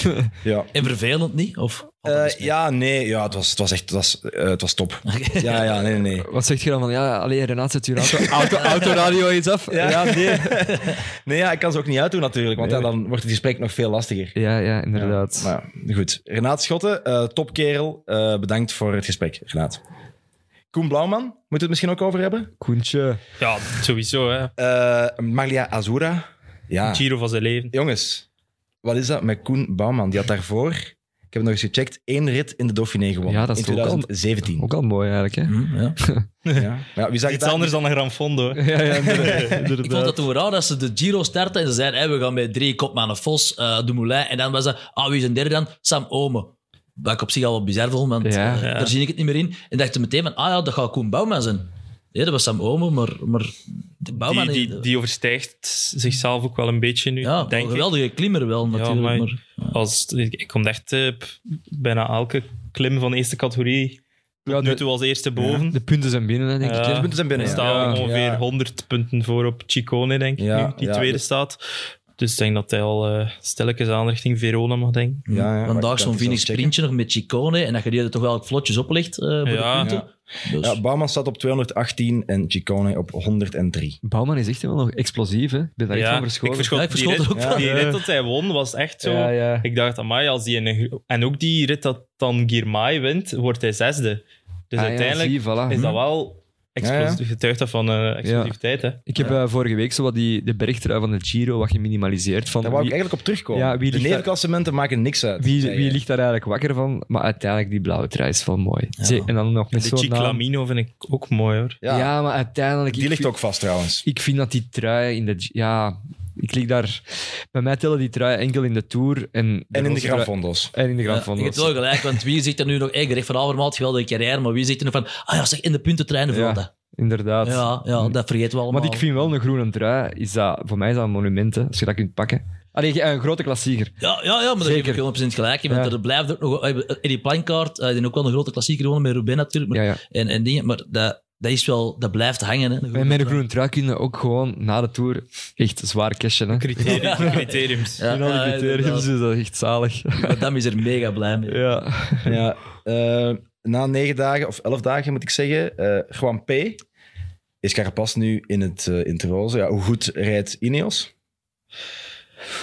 S2: ja.
S4: En vervelend niet? Of,
S2: Eh, ja, nee, ja, het was, het was echt, het was, eh, het was top. Ja, ja, nee, nee. nee.
S3: Wat zeg je dan van, ja, alleen Renat zet je auto, auto, autoradio eens af. Ja, nee.
S2: Nee, ja, ik kan ze ook niet uitdoen natuurlijk, want
S3: Nee.
S2: ja, dan wordt het gesprek nog veel lastiger.
S3: Ja, ja, inderdaad.
S2: Maar ja, goed, Renaat Schotten, eh, topkerel, eh, bedankt voor het gesprek, Renaat. Koen Blauwman, moeten we het misschien ook over hebben?
S3: Koentje.
S5: Ja, sowieso, hè.
S2: Eh, Maglia Azura. Ja,
S5: Giro van zijn leven.
S2: jongens, wat is dat met Koen Bouwman? Die had daarvoor, ik heb het nog eens gecheckt, één rit in de Dauphiné gewonnen.
S3: Ja, dat is
S2: in
S3: ook al-
S2: 2017.
S3: Ook al mooi eigenlijk, hè?
S4: Hm, ja.
S2: Ja. Ja, wie zag
S5: Iets
S2: dat?
S5: anders dan een Gran Fondo. hè.
S3: Ja, ja, inderdaad.
S4: Ik vond dat toen raar dat ze de Giro starten en ze zeiden, hey, we gaan met drie kopmannen, Vos, eh de Moulin. En dan was dat, ah, wie is een derde dan? Sam Ome. Wat ik op zich al wel bizar vond, want
S3: Ja.
S4: eh,
S5: Ja.
S4: daar zie ik het niet meer in. En dacht ik meteen van, ah ja, dat gaat Koen Bouwman zijn. Nee, dat was Sam Ome, maar, maar de Bouwman...
S5: Die, die, die overstijgt zichzelf ook wel een beetje nu,
S4: ja,
S5: denk
S4: een
S5: ik.
S4: geweldige klimmer wel, natuurlijk.
S5: maar-
S4: maar,
S5: Als, ik ik kom echt eh, p- bijna elke klim van de eerste categorie
S3: Ja,
S5: nu
S3: de,
S5: toe als eerste boven.
S3: de punten zijn binnen, hè, denk ik.
S5: Ja.
S2: De punten zijn binnen.
S5: Er
S2: ja.
S5: staan
S3: Ja.
S5: ongeveer
S2: Ja.
S5: 100 punten voor op Chicone, denk ik,
S2: Ja,
S5: nu, die
S2: ja,
S5: tweede
S2: dus-
S5: staat. Dus ik denk dat hij al eh stilletjes aan richting Verona mag denken.
S3: Hm.
S2: Ja, ja, maar ik kan
S4: vandaag zo'n
S2: het
S4: Phoenix
S2: zelf checken.
S4: sprintje nog met Chicone en dat je die er toch wel vlotjes oplegt eh voor
S5: Ja.
S4: de punten. Dus,
S2: Ja, Bouwman staat op 218 en Ciccone op 103.
S3: Bouwman is echt wel nog explosief, hè? Ik ben daar echt
S5: Ja,
S3: van verschoten.
S5: Ik verschot,
S4: Ja, ik verschoot
S5: die
S4: er
S5: rit,
S4: ook van.
S5: Die rit dat hij won was echt zo.
S3: Ja, ja.
S5: Ik dacht, amai, als die in een gro- en ook die rit dat dan Girmay wint, wordt hij zesde. Dus
S3: Ah, ja,
S5: uiteindelijk
S3: zie, voilà.
S5: is dat wel explos-
S2: Ja,
S5: getuigd dat van eh, explosiviteit. Hè.
S3: Ik heb eh, vorige week zo wat die, de bergtrui van de Giro wat geminimaliseerd. Van
S2: Daar wou ik
S3: wie,
S2: eigenlijk op terugkomen.
S3: Ja, wie
S2: de
S3: ligt daar-
S2: nevenklassementen maken niks uit. eh,
S3: wie,
S2: zei
S3: wie
S2: je.
S3: ligt daar eigenlijk wakker van? Maar uiteindelijk, die blauwe trui is wel mooi. Zee- En dan nog met
S5: De
S3: zo'n naam.
S5: Chiclamino vind ik ook mooi hoor.
S2: Ja,
S3: Ja. maar uiteindelijk...
S2: die
S3: ik
S2: ligt
S3: vind-
S2: ook vast trouwens.
S3: Ik vind dat die trui in de... Ja, ik lig daar... Bij mij tellen die trui enkel in de Tour en...
S2: En in de
S3: roze trui-
S2: Gran Fondos.
S3: En in de Gran
S4: Ja,
S3: Fondo.
S4: je hebt wel gelijk, want wie zit er nu nog... Ik recht van Alvermaat, geweldige carrière, maar wie zit er nu van... Ah ja, zeg, in de punten
S3: Ja.
S4: voor dat.
S3: Inderdaad.
S4: Ja, ja, dat vergeten we allemaal.
S3: Want Hmm. ik vind wel een groene trui, is dat, voor mij is dat een monument, hè, als je dat kunt pakken. Allee, een grote klassieker.
S4: Ja, ja, ja maar daar
S3: Zeker.
S4: geef ik 100% gelijk in. Want
S3: Ja.
S4: er blijft ook nog... eh, Eddie Plankaart, eh, die heeft ook wel een grote klassieker gewonnen met Ruben natuurlijk. Maar,
S3: Ja, ja.
S4: En, en dingen, maar dat, dat is wel... Dat blijft hangen, hè.
S3: En met een groene trui kun je ook gewoon na de Tour echt zwaar cashen. Hè.
S5: Criterium, criteriums.
S4: Ja,
S3: in al die
S4: ja,
S3: criteriums
S4: inderdaad.
S3: is dat echt zalig.
S4: Maar Dam is er mega blij mee.
S3: ja.
S2: Ja, eh, na negen dagen, of elf dagen moet ik zeggen, eh Juan P. Is Carapaz nu in het, eh, in het roze? Ja, hoe goed rijdt Ineos?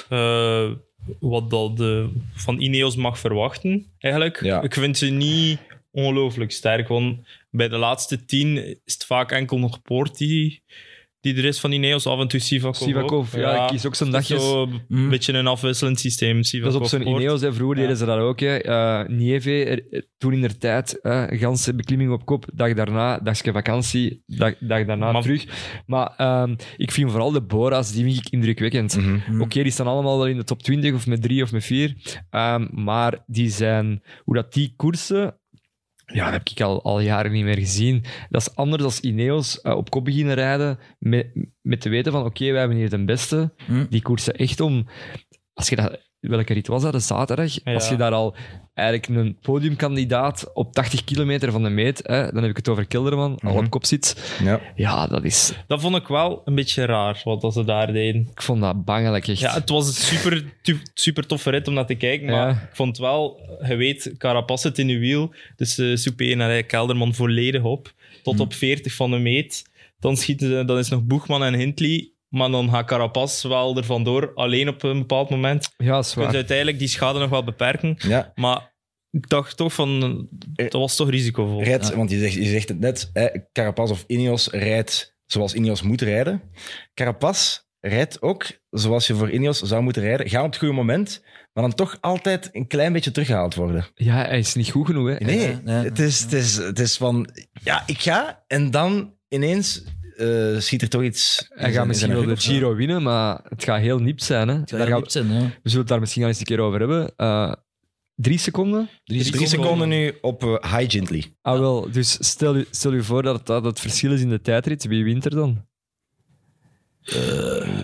S5: Eh, wat dat de, van Ineos mag verwachten, eigenlijk.
S2: Ja.
S5: Ik vind ze niet ongelooflijk sterk, want bij de laatste tien is het vaak enkel nog Poort die, die er is van Ineos, af en toe Sivakov.
S3: Sivakov,
S5: ook.
S3: ja, ik kies ook zo'n
S5: dat is
S3: dagjes.
S5: zo een
S4: Mm.
S5: beetje een afwisselend systeem.
S3: Dat
S5: Sivakov,
S3: is op zo'n
S5: Poort.
S3: Ineos, hè. vroeger
S5: Ja.
S3: deden ze dat ook. Hè. Eh, Nieve, er- toen in de tijd, eh, ganse beklimming op kop, dag daarna, dagje vakantie, dag, dag daarna
S5: Maar-
S3: terug. Maar ehm, ik vind vooral de Bora's, die vind ik indrukwekkend.
S5: Hm.
S3: Oké, die staan allemaal wel in de top 20 of met 3 of met 4. maar die zijn, hoe dat die koersen, ja, dat heb ik al, al jaren niet meer gezien. Dat is anders als Ineos eh, op kop beginnen rijden met, met te weten van oké, wij hebben hier de beste.
S4: Hm.
S3: Die koersen echt om, als je dat welke rit was dat? Een zaterdag.
S5: Ja.
S3: Als je daar al eigenlijk een podiumkandidaat op 80 kilometer van de meet, hè, dan heb ik het over Kelderman,
S5: Mhm.
S3: al op kop zit.
S2: Ja.
S3: Ja, dat is...
S5: Dat vond ik wel een beetje raar, wat dat ze daar deden.
S3: Ik vond dat bangelijk, echt.
S5: Ja, het was een super, tu- super toffe rit om naar te kijken, maar
S3: Ja.
S5: ik vond wel, je weet, Carapaz zit in je wiel, dus ze soeperen naar Kelderman volledig op, tot
S3: Hm.
S5: op 40 van de meet. Dan schieten ze, dan is nog Boegman en Hindley, maar dan gaat Carapaz wel er vandoor, alleen op een bepaald moment.
S3: ja is
S5: Kunnen
S3: waar.
S5: ze uiteindelijk die schade nog wel beperken,
S2: Ja,
S5: maar ik dacht toch van,
S3: Eh,
S5: dat was toch risicovol.
S2: rijdt, want je zegt, je zegt het net, hè, Carapaz of Ineos rijdt zoals Ineos moet rijden. Carapaz rijdt ook zoals je voor Ineos zou moeten rijden. Ga op het goede moment, maar dan toch altijd een klein beetje teruggehaald worden.
S3: Ja, hij is niet goed genoeg, hè.
S2: Nee,
S4: Ja, ja, ja.
S2: Het, is, het, is, het is van, ja, ik ga en dan ineens eh, schiet er toch iets. in
S3: Hij
S2: zijn-
S3: gaat
S2: in
S3: misschien
S2: zijn
S3: wel de
S2: rug of zo.
S3: Giro winnen, maar het gaat heel nipt zijn. Hè.
S4: Het zou
S3: Daar
S4: heel
S3: gaan
S4: diep zijn, ja.
S3: we zullen het daar misschien al eens een keer over hebben. Eh, drie seconden?
S2: Drie,
S5: Drie
S2: drie seconden
S5: seconden
S2: nu op eh, High Gently.
S3: Ah wel, dus stel je, stel je voor dat het, dat het verschil is in de tijdrit. Wie wint er dan?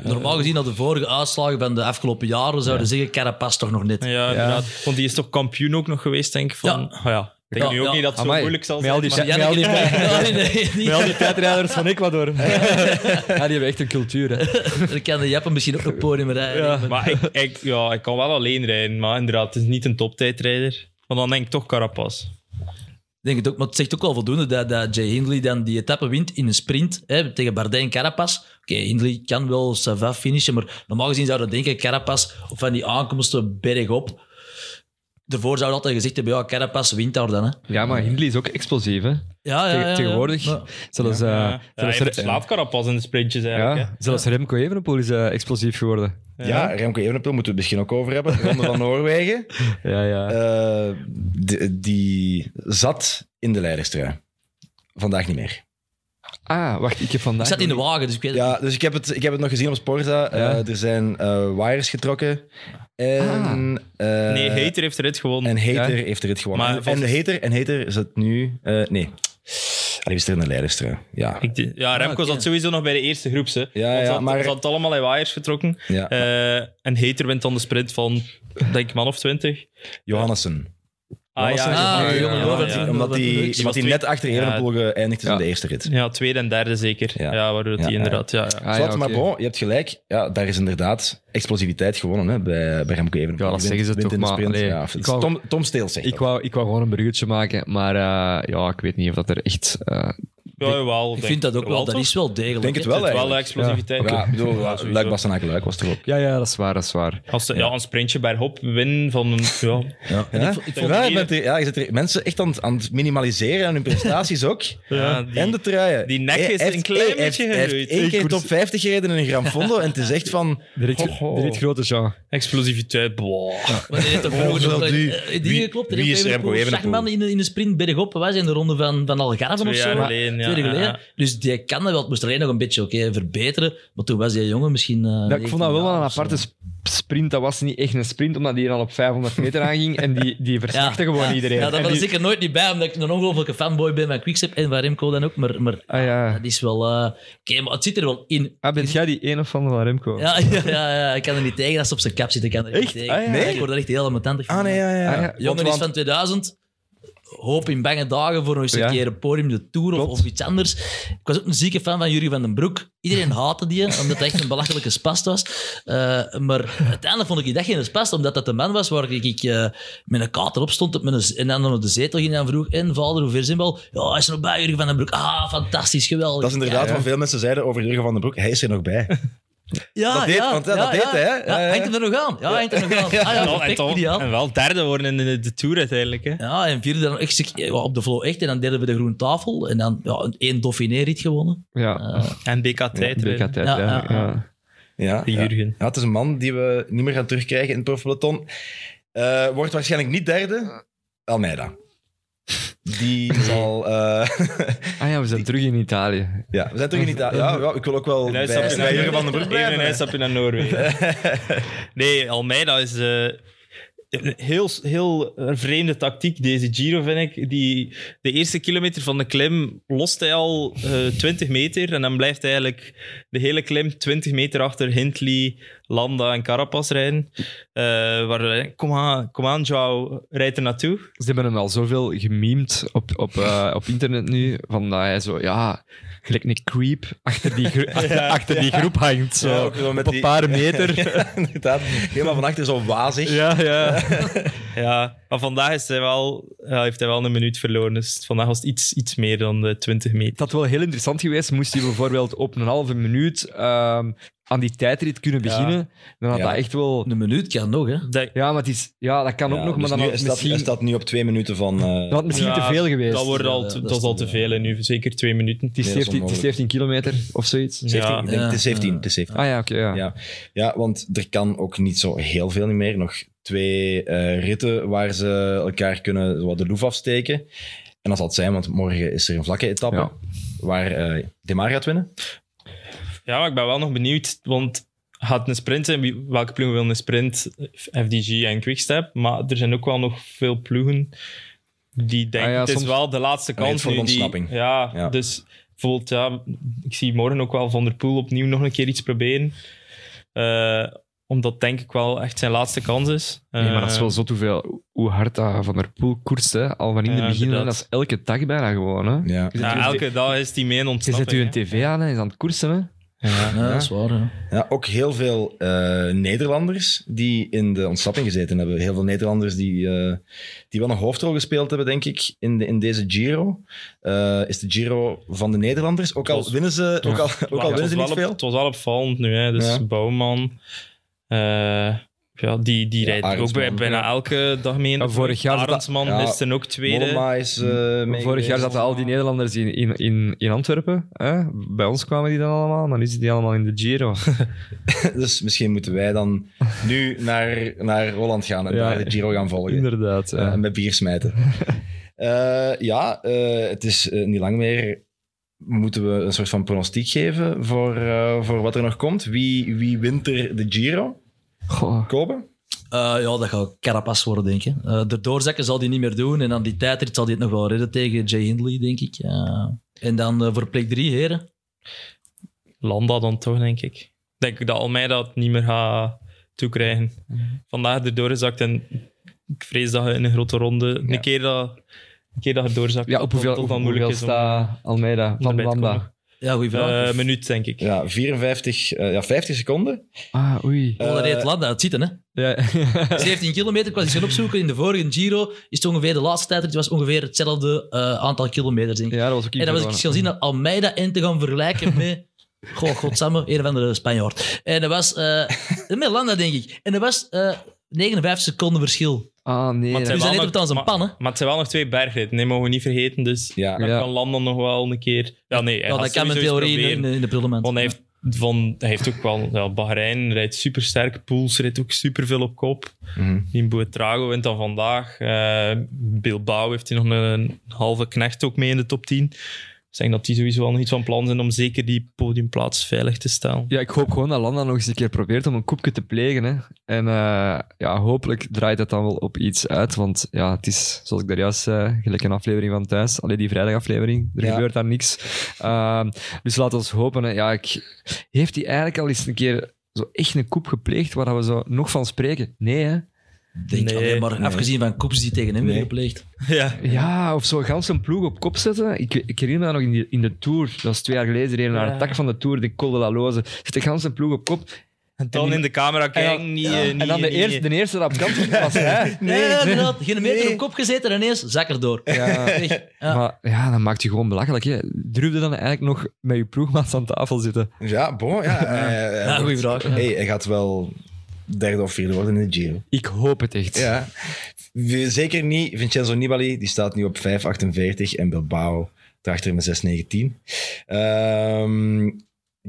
S4: Normaal gezien dat de vorige uitslagen van de afgelopen jaren zouden zeggen, Carapaz toch nog net.
S5: Ja, inderdaad. Want die is toch kampioen ook nog geweest, denk ik. Van,
S4: Ja.
S5: Oh ja. Ik denk
S4: Ja,
S5: nu ook
S4: ja.
S5: niet dat het zo
S3: Amai.
S5: moeilijk zal
S3: Met
S5: zijn.
S3: al die
S5: maar-
S3: Ja,
S4: Janneke-
S3: wel, die-
S4: Ja, nee, nee, niet.
S3: tijdrijders van Ecuador. ja, die hebben echt een cultuur. Hè.
S4: Dan kan de Jappen misschien ook nog podium rijden.
S5: Ja, maar ik, ik, ja, ik kan wel alleen rijden, maar inderdaad, het is niet een toptijdrijder. Want dan denk ik toch Carapaz.
S4: Ik denk het ook, maar het zegt ook al voldoende dat, dat Jay Hindley dan die etappe wint in een sprint hè, tegen Bardet en Carapaz. Oké, Hindley kan wel Sava finishen, maar normaal gezien zouden we denken, Carapaz, op van die aankomsten bergop. Daarvoor zouden we altijd gezegd hebben, ja, Carapaz wint daar dan. Hè.
S3: Ja, maar Hindley is ook explosief. Hè.
S4: Ja, ja, ja,
S3: Tegen-
S4: ja,
S3: Tegenwoordig.
S4: Ja.
S3: Zelfs, eh,
S5: ja, hij
S3: zelfs, Re-
S5: verslaat Carapaz in de sprintjes eigenlijk.
S3: ja, zelfs Remco Evenepoel is eh, explosief geworden.
S2: Ja, Remco Evenepoel moeten we het misschien ook over hebben. Ronde van Noorwegen.
S3: Ja, ja.
S2: Eh, d- die zat in de leiderstrui. Vandaag niet meer.
S3: ah, wacht, ik heb vandaag...
S4: Ik zat in de wagen, dus ik weet het
S2: Ja, dus ik heb het, ik heb het nog gezien op Sporza. Eh,
S3: Ja.
S2: er zijn eh, wires getrokken. En, eh,
S5: hè. Nee, Hater heeft de rit
S2: En
S5: gewonnen.
S2: Hater
S3: Ja.
S2: heeft er het gewonnen.
S5: Maar
S2: en,
S5: vast-
S2: en Hater, en Hater zit nu... eh, nee. Allee, is er in de leiderstrui. Ja.
S5: Ik de- ja, Remco
S4: oké.
S5: zat sowieso nog bij de eerste groep. Ze.
S2: Ja,
S5: Want ze
S2: ja,
S5: had-
S2: maar-
S5: ze had allemaal in waaiers getrokken.
S2: ja.
S5: Eh, en Hater wint dan de sprint van, denk ik, man of twintig.
S2: Johannessen.
S5: Ah ja,
S2: Johannessen
S4: ah,
S2: is
S5: ja,
S2: nu-
S4: jongen,
S5: ja,
S4: Robert.
S5: ja.
S4: Ja.
S2: Omdat
S4: Die
S2: die,
S4: was
S2: omdat die
S5: twee-
S2: net achter
S5: Ja.
S2: Evenepoel geëindigd is
S3: Ja.
S2: in de eerste rit.
S5: Ja, tweede en derde zeker.
S2: Ja.
S5: Ja, waardoor
S2: Ja,
S5: die
S2: ja.
S5: inderdaad... Ja, ja.
S3: Ah, ja,
S2: Zwart, maar
S3: oké.
S2: bon, je hebt gelijk. Ja, daar is inderdaad explosiviteit gewonnen hè, bij, bij Remco Evenepoel.
S3: Ja, dat
S2: Die wint-
S3: zeggen ze
S2: wint
S3: toch,
S2: in de
S3: maar
S2: sprint.
S3: allee,
S2: Ja, of-
S3: ik wou-
S2: Tom, Tom Steele zegt
S3: Ik
S2: dat.
S3: wou, ik wou gewoon een bruggetje maken, maar eh, ja, ik weet niet of dat er echt... eh,
S5: Ja, jawel,
S4: Ik
S5: denk
S4: vind dat ook wel, dat
S5: toch?
S4: is wel degelijk.
S2: Denk het
S4: hè.
S2: wel,
S5: Het is wel
S2: eigenlijk.
S5: explosiviteit.
S2: Ja, ik bedoel,
S5: Ja, sowieso.
S2: Luik Bastenaak, Luik was er ook.
S3: ja, ja, dat is waar, dat is waar.
S5: Als ze- ja, een sprintje bergop winnen van een... Ja,
S2: Ja,
S4: En ik vo- ik vond-
S2: ja, je bent hier- ja, je zit er mensen echt aan, het- aan het minimaliseren en hun prestaties ook.
S5: Ja, die-
S2: en de truien.
S5: die nek
S2: Hij
S5: is
S2: heeft-
S5: een klein
S2: hij heeft-
S5: beetje
S2: Hij heeft
S5: gegroeid.
S2: één keer
S5: Ik
S2: top 50 gereden in een Gran Fondo en het is echt van...
S3: Direct,
S2: ho, ho.
S3: direct grote Jean.
S5: explosiviteit, boah.
S4: Maar die heeft toch vroeger
S2: Oh, wel
S4: nog-
S2: die-
S4: eh,
S2: wie-
S4: Die klopt.
S2: wie is Remco Evenepoel?
S4: Schachman in, de- in de sprint bergop. Wij zijn de ronde van, van Algarve
S5: Twee
S4: of zo.
S5: jaar geleden, ja,
S4: Twee jaar geleden.
S5: ja.
S4: Dus die kan dat wel. Het moest alleen nog een beetje oké verbeteren. Maar toen was die jongen misschien... eh,
S3: Ja, ik vond dat
S4: 19
S3: wel wel
S4: jaar
S3: een
S4: of zo.
S3: aparte sp- sprint. Dat was niet echt een sprint, omdat die er al op 500 meter aanging. En die, die versnakte gewoon iedereen.
S4: Ja,
S3: En
S4: dat was
S3: die-
S4: ik er nooit niet bij, omdat ik een ongelofelijke fanboy ben van Quickstep en van Remco dan ook. Maar, maar
S3: Ah ja.
S4: dat is wel... eh, Oké, maar het zit er wel in.
S3: Ah, bent jij die ene fan van Remco?
S4: Ja, ja, ja, ja, ik kan er niet tegen als ze op zijn kap zitten. Ik kan er echt, niet tegen.
S3: Ah, ja.
S4: Nee? Ik word er echt heel ambetantig van.
S2: Ah, nee, ja, ja.
S3: Ah, ja.
S4: Jongen
S3: Want-
S4: is van 2000. Hoop in bange dagen voor nog eens een
S3: Ja.
S4: keer een podium, de Tour of,
S3: Klopt.
S4: of iets anders. Ik was ook een zieke fan van Jurie van den Broek. Iedereen haatte die, omdat dat echt een belachelijke spast was. Eh, maar uiteindelijk vond ik die dat geen spast, omdat dat de man was waar ik, ik eh, met een kater op stond op mijn z- en dan op de zetel ging en vroeg, en vader, hoe ver zijn we al? Ja, hij is er nog bij, Jurie van den Broek. Ah, fantastisch, geweldig.
S2: Dat is inderdaad
S4: Ja.
S2: wat veel mensen zeiden over Jurgen van den Broek. Hij is er nog bij.
S4: Ja,
S2: dat deed-
S4: ja,
S2: want, eh,
S4: ja,
S2: dat deed
S4: ja.
S2: hij, hè?
S4: Ja,
S2: Ja, ja.
S4: hangt hem er nog aan. Ja, hangt hem er nog aan. Ah, ja,
S5: Ja, en,
S4: perfect,
S5: toch-
S4: ideaal.
S5: en wel derde worden in de, de Tour uiteindelijk. Hè.
S4: Ja, en vierde dan echt ja, op de flow echt. En dan deden we de groene tafel. En dan ja, één Dauphiné-rit gewonnen.
S3: Ja.
S5: En BK tijd.
S3: BK tijd, ja.
S4: Ja, ja,
S3: ja.
S2: Ja,
S5: De
S2: ja.
S5: Jurgen.
S2: Ja, het is een man die we niet meer gaan terugkrijgen in het profpeloton. Eh, wordt waarschijnlijk niet derde. Almeida. Die zal... eh,
S3: Ah ja, we zijn terug in Italië.
S2: ja, we zijn terug in Italië. Ja, ja, ik wil ook wel
S5: En
S2: bij,
S5: hij stapt in
S2: bij
S5: naar-
S2: Jurgen van den Broek
S5: Even
S2: blijven.
S5: een uitstapje naar Noorwegen. nee, Almeida is... eh, een Heel, heel vreemde tactiek, deze Giro, vind ik. Die, de eerste kilometer van de klim lost hij al eh, 20 meter. En dan blijft hij eigenlijk de hele klim 20 meter achter Hindley, Landa en Carapaz rijden. Eh, waar, kom aan, kom aan, Joao, rijd er naartoe.
S3: Ze hebben hem al zoveel gememd op, op, eh, op internet nu, van dat hij zo, ja, gelijk een creep achter die, gro- achter, achter die groep hangt. Zo,
S2: Ja, ook zo met
S3: op een
S2: die-
S3: paar meter.
S2: Ja, inderdaad. Helemaal van achter zo wazig.
S3: ja, ja.
S5: Ja, maar vandaag is hij wel, ja, heeft hij wel een minuut verloren. Dus vandaag was het iets, iets meer dan de 20 meter.
S3: Dat wel heel interessant geweest. Moest hij bijvoorbeeld op een halve minuut ehm, aan die tijdrit kunnen beginnen, dan had
S2: Ja.
S3: dat echt wel...
S4: Een minuut kan nog, hè.
S5: Dat-
S3: Ja, maar het is, ja, dat kan ook nog, maar
S2: dus
S3: dan
S2: nu
S3: had
S2: is dat,
S3: misschien,
S2: is dat nu op twee minuten van... eh,
S3: dat had misschien te
S5: Ja,
S3: veel geweest.
S5: Dat, wordt al,
S4: Ja,
S5: te-
S4: dat
S5: dat
S4: is
S5: is al
S4: dan,
S5: te veel hè, nu, zeker twee minuten.
S3: Het is,
S2: Nee, dat is
S3: 17, het is 17 kilometer of zoiets.
S2: 17,
S5: Ja.
S2: ik denk, het is
S4: Ja.
S2: 17. Het is 17.
S3: Ah ja, oké. ja.
S2: Ja. ja, want er kan ook niet zo heel veel niet meer. Nog twee eh, ritten waar ze elkaar kunnen zo wat de loef afsteken. En dat zal het zijn, want morgen is er een vlakke etappe
S3: Ja.
S2: waar eh Demar gaat winnen.
S5: Ja, maar ik ben wel nog benieuwd, want gaat een sprint zijn? Wie- Welke ploeg wil een sprint? FDG en Quickstep. Maar er zijn ook wel nog veel ploegen die denken,
S3: Ah ja,
S5: het is
S3: soms-
S5: wel de laatste
S2: Allee,
S5: kans
S2: het
S5: nu.
S2: wordt
S5: Die,
S2: ontsnapping.
S5: ja,
S2: Ja.
S5: dus bijvoorbeeld, ja, ik zie morgen ook wel Van der Poel opnieuw nog een keer iets proberen. Eh, omdat denk ik wel echt zijn laatste kans is.
S3: Nee, maar dat
S5: Eh,
S3: is wel zo hoeveel, hoe hard dat Van der Poel koerst, hè. al van in het
S5: Ja,
S3: begin. hè. Dat
S5: inderdaad.
S3: is elke dag bijna gewoon. Hè.
S2: Ja.
S3: Je zet
S5: ja,
S3: je-
S5: elke dag is die mee in
S3: Je zet
S5: ontsnapping.
S3: je een
S5: hè.
S3: tv aan en is aan het koersen. Hè.
S4: Ja, dat is waar, ja.
S2: Ja, ook heel veel eh, Nederlanders die in de ontsnapping gezeten hebben. Heel veel Nederlanders die, eh, die wel een hoofdrol gespeeld hebben, denk ik, in, de, in deze Giro. Eh, is de Giro van de Nederlanders. Ook al
S5: was-
S2: winnen ze, ook al, ook al
S5: Maar
S2: winnen ze
S5: het
S2: niet
S5: was wel op-
S2: veel.
S5: Het was wel opvallend nu, hè. dus
S2: Ja.
S5: Bouwman. eh, ja, die, die
S2: Ja,
S5: rijdt ook
S2: Arendsman,
S5: bij, bijna
S3: ja.
S5: elke dag mee. in de
S3: Ja, vorig
S5: ploeg.
S3: jaar zat-
S5: Arendsman
S2: ja,
S5: is er ook tweede.
S2: Mollema is, eh, mee
S3: Vorig jaar
S2: geweest.
S3: zaten al die Nederlanders in, in, in, in Antwerpen. Hè. Bij ons kwamen die dan allemaal, maar nu zitten die allemaal in de Giro.
S2: Dus misschien moeten wij dan nu naar, naar Holland gaan en
S3: Ja.
S2: daar de Giro gaan volgen.
S3: Inderdaad.
S2: Eh,
S3: ja.
S2: en met bier smijten. Eh, ja, eh, het is eh, niet lang meer. Moeten we een soort van pronostiek geven voor, eh, voor wat er nog komt? Wie, wie wint er de Giro?
S3: Goh.
S2: Kopen?
S4: Eh, ja, dat gaat Carapaz worden, denk ik. Eh de doorzakken zal hij niet meer doen. En dan die tijdrit zal hij het nog wel redden tegen Jay Hindley, denk ik. Eh, en dan eh, voor plek drie, heren.
S5: Landa dan toch, denk ik. Denk ik dat Almeida het niet meer gaat toekrijgen.
S2: Mhm.
S5: Vandaag erdoor gezakt en ik vrees dat je in een grote ronde...
S2: Ja.
S5: Een, keer dat, een keer dat je doorzakt,
S3: Ja, op hoeveel,
S5: dat het
S3: op
S5: dan moeilijk
S3: hoeveel
S5: is om
S3: staat Almeida van
S5: erbij te
S3: Landa?
S5: komen.
S4: Ja, goeie vraag.
S5: Eh, minuut, denk ik.
S2: Ja, 54, eh, ja, 50 seconden.
S3: Ah, oei.
S4: Oh, dat
S2: eh,
S4: reed Landa uit zitten, hè. Dus
S3: Ja.
S4: 17 kilometer, ik was eens gaan opzoeken. In de vorige Giro is het ongeveer de laatste tijd. Het was ongeveer hetzelfde eh, aantal kilometers. Denk ik.
S3: ja, dat was ook
S4: en dan was ik eens gaan zien dat Almeida in te gaan vergelijken met. Goh, godsamme, een of andere Spanjaard. En dat was. eh met Landa, denk ik. En dat was eh 59 seconden verschil.
S3: Ah, nee.
S5: Maar het
S3: dat-
S4: Dus
S5: Landa-
S4: dan heeft het een
S5: maar-
S4: pan, hè?
S5: Maar het zijn wel nog twee bergritten, nee, mogen we niet vergeten. Dus
S2: Ja.
S5: dan
S3: Ja.
S5: kan Landa nog wel een keer... Ja, nee, hij
S4: Ja,
S5: gaat
S4: dat kan met
S5: sowieso eens
S4: theorie in,
S5: proberen.
S4: in, in de prullenmand.
S5: Want hij heeft, van, hij heeft ook wel... Ja, Bahrein rijdt supersterk. Poels rijdt ook superveel op kop.
S2: Mhm.
S5: In Boetrago wint dan vandaag. Eh, Bilbao heeft hij nog een halve knecht ook mee in de top 10. Dus ik denk dat die sowieso wel nog iets van plan zijn om zeker die podiumplaats veilig te stellen.
S3: Ja, ik hoop gewoon dat Landa nog eens een keer probeert om een koepje te plegen. Hè. En eh, ja, hopelijk draait het dan wel op iets uit. Want ja, het is, zoals ik daar juist zei, gelijk een aflevering van thuis. Alleen die vrijdagaflevering, er
S2: Ja.
S3: gebeurt daar niks. Ehm, dus laten we hopen. Hè. Ja, ik, heeft hij eigenlijk al eens een keer zo echt een koep gepleegd waar we zo nog van spreken? Nee, hè?
S4: denk
S5: Nee,
S4: alleen maar, afgezien van koeps die tegen hem
S2: Nee.
S4: werden gepleegd.
S5: Ja.
S3: Ja, of zo gans een ploeg op kop zetten. Ik, ik herinner me dat nog in, die- in de Tour. Dat was twee jaar geleden. Reden naar een
S5: Ja.
S3: tak van de Tour, de Col de la Loze. Zet de gans een ploeg op kop.
S5: En dan
S3: die-
S5: in de camera kijken.
S3: dan-
S5: niet,
S3: ja.
S5: eh, niet,
S3: en dan de
S5: niet-
S3: eerste, de eerste dat op kant ging, was hij.
S4: Nee, nee, inderdaad. Geen meter
S2: Nee.
S4: op kop gezeten en ineens zak erdoor.
S3: Ja.
S4: Echt. Ja.
S3: Maar ja, dat maakt je gewoon belachelijk. Hè. Durfde dan eigenlijk nog met je ploegmaats aan tafel zitten?
S2: Dus Ja, bon. Ja, eh, eh,
S4: Ja, goeie
S2: wordt-
S4: vraag, ja.
S2: Hey, hij gaat wel derde of vierde worden in de Giro.
S3: Ik hoop het echt.
S2: Ja. We- Zeker niet Vincenzo Nibali, die staat nu op 5,48 en Bilbao daarachter met 6,19. Ehm,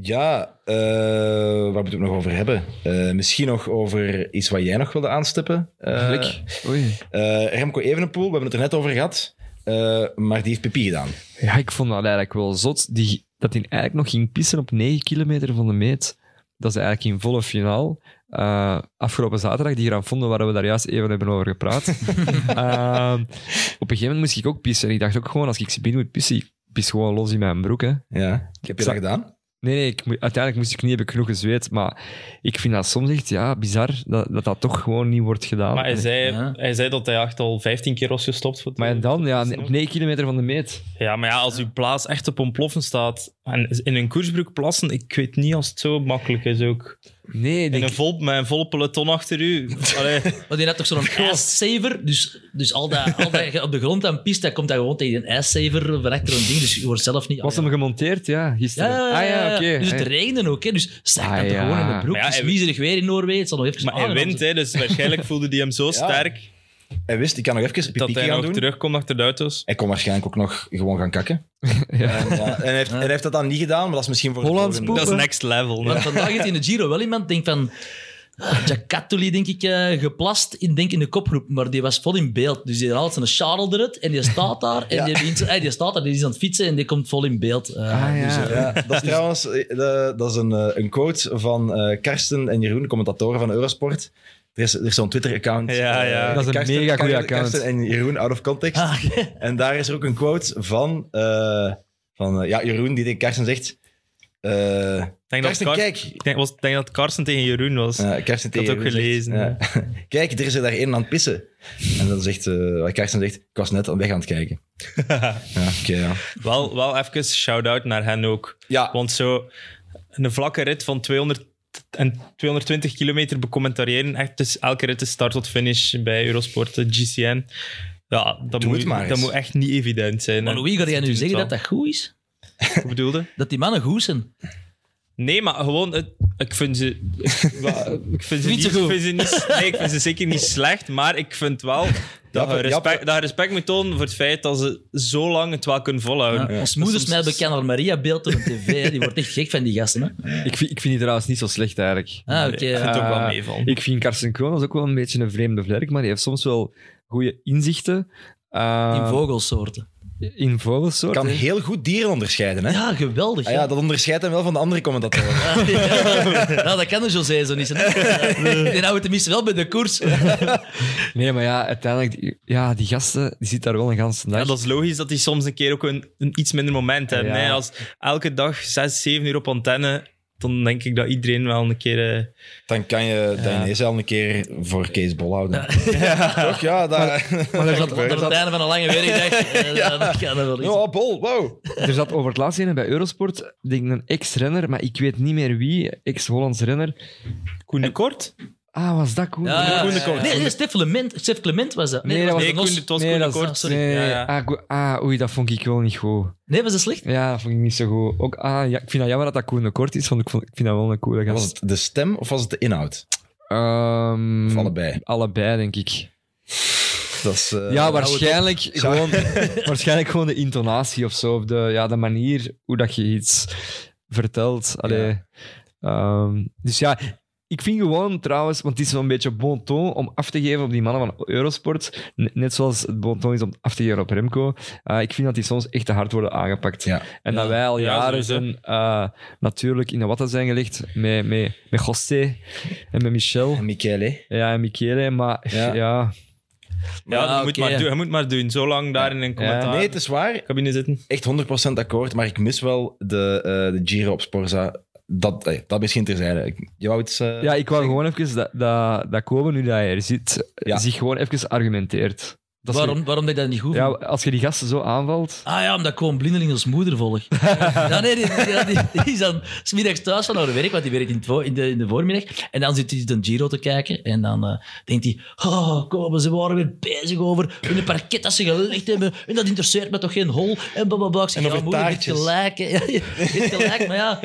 S2: ja, eh, waar moeten we het nog over hebben? Eh, misschien nog over iets wat jij nog wilde aanstippen. Eh,
S3: Gelijk. Oei.
S2: eh, Remco Evenepoel, we hebben het er net over gehad, eh, maar die heeft pipi gedaan.
S3: Ja, ik vond dat eigenlijk wel zot. Die, dat hij eigenlijk nog ging pissen op 9 kilometer van de meet. Dat is eigenlijk in volle finaal. Eh, afgelopen zaterdag, die Gran Fondo, waar we daar juist even hebben over gepraat. Ehm, op een gegeven moment moest ik ook pissen. En ik dacht ook gewoon, als ik binnen moet pissen, ik pis gewoon los in mijn broek. Hè.
S2: Ja. Heb je dat gedaan?
S3: Nee, nee ik, moe- uiteindelijk moest ik niet, heb ik genoeg gezweet. Maar ik vind dat soms echt ja, bizar dat, dat dat toch gewoon niet wordt gedaan.
S5: Maar hij
S3: En-
S5: zei,
S4: Ja.
S5: hij zei dat hij echt al 15 keer was gestopt. Voor het-
S3: maar en dan, ja, op 9 kilometer van de meet.
S5: Ja, maar ja, als uw plaats echt op ontploffen staat en in een koersbroek plassen, ik weet niet als het zo makkelijk is ook.
S3: Nee, ik
S5: In
S3: denk,
S5: een vol, met een volle peloton achter u. Allee,
S4: Want die had toch zo'n ijssaver, dus, dus al dat, al dat je op de grond aan pist, dat komt dan gewoon tegen een ijssaver van achter een ding, dus je wordt zelf niet...
S3: was hem gemonteerd, ja,
S4: ja,
S3: gisteren.
S4: ja, ja,
S3: ah
S4: ja,
S3: ja,
S4: ja.
S3: oké.
S4: Dus het
S3: Hey.
S4: regende ook, hè. dus zag
S3: Ah,
S4: dat er
S3: ja.
S4: gewoon in de broek.
S5: Maar ja,
S4: het is
S5: hij-
S4: miezerig weer in Noorwegen, het zal nog even
S5: maar
S2: Ah,
S5: hij
S4: aan-
S5: wint, hè, dus waarschijnlijk voelde hij hem zo sterk
S2: Hij wist, ik kan nog even
S5: dat
S2: pipi
S5: hij
S2: gaan
S5: nog
S2: doen.
S5: terugkomt achter de auto's.
S2: Hij kon waarschijnlijk ook nog gewoon gaan kakken. En, ja, en, hij heeft, en hij heeft dat dan niet gedaan, maar dat is misschien voor de
S3: Hollands
S2: volgende-
S3: poep.
S5: Dat is next level.
S4: Want
S5: hè.
S4: vandaag heeft in de Giro wel iemand denk van... ah, Giacattoli, denk ik, eh, geplast in, denk in de kopgroep. Maar die was vol in beeld. Dus die haalt zijn sjaal eruit en die staat daar. En die, begint zo- eh, die staat daar, die is aan het fietsen en die komt vol in beeld. Eh,
S3: Ah, ja.
S2: Ja, dat is trouwens eh, de- dat is een, eh, een quote van eh, Karsten en Jeroen, de commentatoren van Eurosport. Er is, er is zo'n Twitter-account.
S5: Ja, ja.
S2: eh,
S3: Dat is een mega goeie
S2: Karsten-
S3: account.
S2: Karsten en Jeroen, out of context.
S4: Ah, oké.
S2: En daar is er ook een quote van, eh, van eh, ja, Jeroen die tegen Karsten zegt... eh,
S5: Ik denk dat
S2: Karsten,
S5: Kar-
S2: kijk,
S5: Ik denk, was, ik denk dat Carsten tegen Jeroen was.
S2: Ja, Karsten tegen
S5: had ook
S2: Jeroen zegt,
S5: gelezen,
S2: ja, Kijk, er is er daar een aan het pissen. En dan zegt eh Karsten zegt, ik was net aan weg aan het kijken. ja, oké, ja.
S5: Wel, wel even shout-out naar hen ook.
S2: Ja.
S5: Want zo een vlakke rit van 200 en 220 kilometer becommentariëren. Echt, dus elke rit is start tot finish bij Eurosport, de GCN. Ja, dat, moet,
S2: het maar eens.
S5: dat moet echt niet evident zijn.
S4: Maar
S5: En
S4: Louis, ga jij
S5: ze
S4: nu
S5: doen
S4: zeggen dat
S5: het
S4: dat goed is?
S5: wel. Wat bedoelde?
S4: Dat die mannen goed zijn?
S5: Nee, maar gewoon... het- ik vind ze... wa- Ik vind ze
S4: Niet
S5: niet,
S4: zo goed.
S5: ik vind ze niet, nee, ik vind ze zeker niet slecht, maar ik vind wel dat
S2: Jappe-
S5: je respect,
S2: Jappe-
S5: dat je respect moet tonen voor het feit dat ze zo lang het wel kunnen volhouden.
S4: Ja, Ons moedersmijl bekend naar Maria Beeld op de tv. Die wordt echt gek van die gasten. Hè?
S3: Ik, vind, ik vind die trouwens niet zo slecht eigenlijk.
S4: Ah, oké.
S5: Ik vind het ook wel
S3: Eh,
S5: meevallen.
S3: Ik vind Carsten Kroon ook wel een beetje een vreemde vlerk, maar die heeft soms wel goede inzichten. eh,
S4: In vogelsoorten.
S3: in vogelsoorten.
S2: Kan heel goed dieren onderscheiden, hè?
S4: Ja, geweldig.
S2: Ah ja,
S4: ja.
S2: dat onderscheidt hem wel van de andere commentatoren.
S4: Nou, dat kan de José zo niet. zijn. Die houdt tenminste wel bij de koers.
S3: Nee, maar ja, uiteindelijk, ja, die gasten, die zitten daar wel een ganse dag.
S5: Ja, dat is logisch dat die soms een keer ook een, een iets minder moment hebben.
S3: Ja.
S5: hè. Als elke dag 6, 7 uur op antenne, dan denk ik dat iedereen wel een keer. eh,
S2: Dan kan je dan ineens al een keer voor Kees Bol houden. Toch? Ja, daar...
S4: Maar dat zat
S2: gebeurt
S4: aan het
S2: dat.
S4: einde van een lange werkdag. eh, dan kan er wel iets.
S2: Ja, oh, Bol, wow.
S3: Er zat over het laatst een bij Eurosport, ik denk een ex-renner, maar ik weet niet meer wie, ex-Hollands renner.
S5: Koen de Kort?
S3: Ah, was dat Koen?
S4: Ja, ja,
S5: Koen de
S4: ja,
S5: Kort.
S4: ja. Nee, nee, Stef Clement, Stef Clement was dat. Nee,
S3: Nee,
S4: dat was
S5: Nee,
S4: de
S5: Koen
S4: Nos.
S5: de Tos,
S3: nee,
S5: Koen de
S3: dat is-
S5: Kort.
S4: ah, sorry.
S3: Nee,
S5: Ja, ja.
S3: Ah, Koen- ah, oei, dat vond ik wel niet goed.
S4: Nee, was dat slecht?
S3: Ja, dat vond ik niet zo goed. Ook, ah, ja, ik vind dat jammer dat dat Koen de Kort is, want ik, vond, ik vind dat wel een coole
S2: Was
S3: gast.
S2: het de stem of was het de inhoud?
S3: Ehm,
S2: Of allebei?
S3: Allebei, denk ik.
S2: Dat is, eh,
S3: ja, waarschijnlijk
S2: Zou-
S3: gewoon, waarschijnlijk gewoon de intonatie of zo. Of de, ja, de manier hoe dat je iets vertelt. Allee, ehm, dus ja, ik vind gewoon trouwens, want het is wel een beetje bon ton om af te geven op die mannen van Eurosport. N- Net zoals het bon ton is om af te geven op Remco. Eh, ik vind dat die soms echt te hard worden aangepakt.
S2: Ja.
S3: En dat wij al
S5: Ja,
S3: jaren
S5: sowieso.
S3: zijn, eh, natuurlijk in de watten zijn gelegd met, met, met José en met Michel.
S2: En Michele.
S3: Ja, en Michele, maar
S2: Ja.
S3: ja
S5: Ja, dat
S4: Ah,
S5: moet
S4: oké,
S5: maar
S4: ja.
S5: doen. Je moet maar doen. Zolang daar in een commentaar.
S2: Nee, het is waar.
S5: cabine zitten.
S2: Echt 100% akkoord, maar ik mis wel de, eh, de Giro op Sporza. Dat, eh, dat misschien terzijde. Ik- Je wou iets... eh,
S3: Ja, ik wou gewoon even dat, dat, dat Kobe, nu dat hij er zit,
S2: Ja.
S3: zich gewoon even argumenteert. Dat is-
S4: Waarom, waarom dat ik dat niet goed
S3: Ja,
S4: vind?
S3: als je die gasten zo aanvalt...
S4: Ah ja, omdat ik gewoon blindeling als moeder volg. ja, nee, die, die, die- die is dan smiddags thuis van haar werk, want die werkt in, het vo- in, de, in de voormiddag. En dan zit hij de Giro te kijken en dan eh, denkt hij... Oh, kom, ze waren weer bezig over hun parket dat ze gelegd hebben. En dat interesseert me toch geen hol. En blablabla. Ik zeg,
S2: En
S4: ja,
S2: over
S4: moeder, je hebt
S2: taartjes.
S4: gelijk. hè. Ja, je hebt gelijk, maar ja...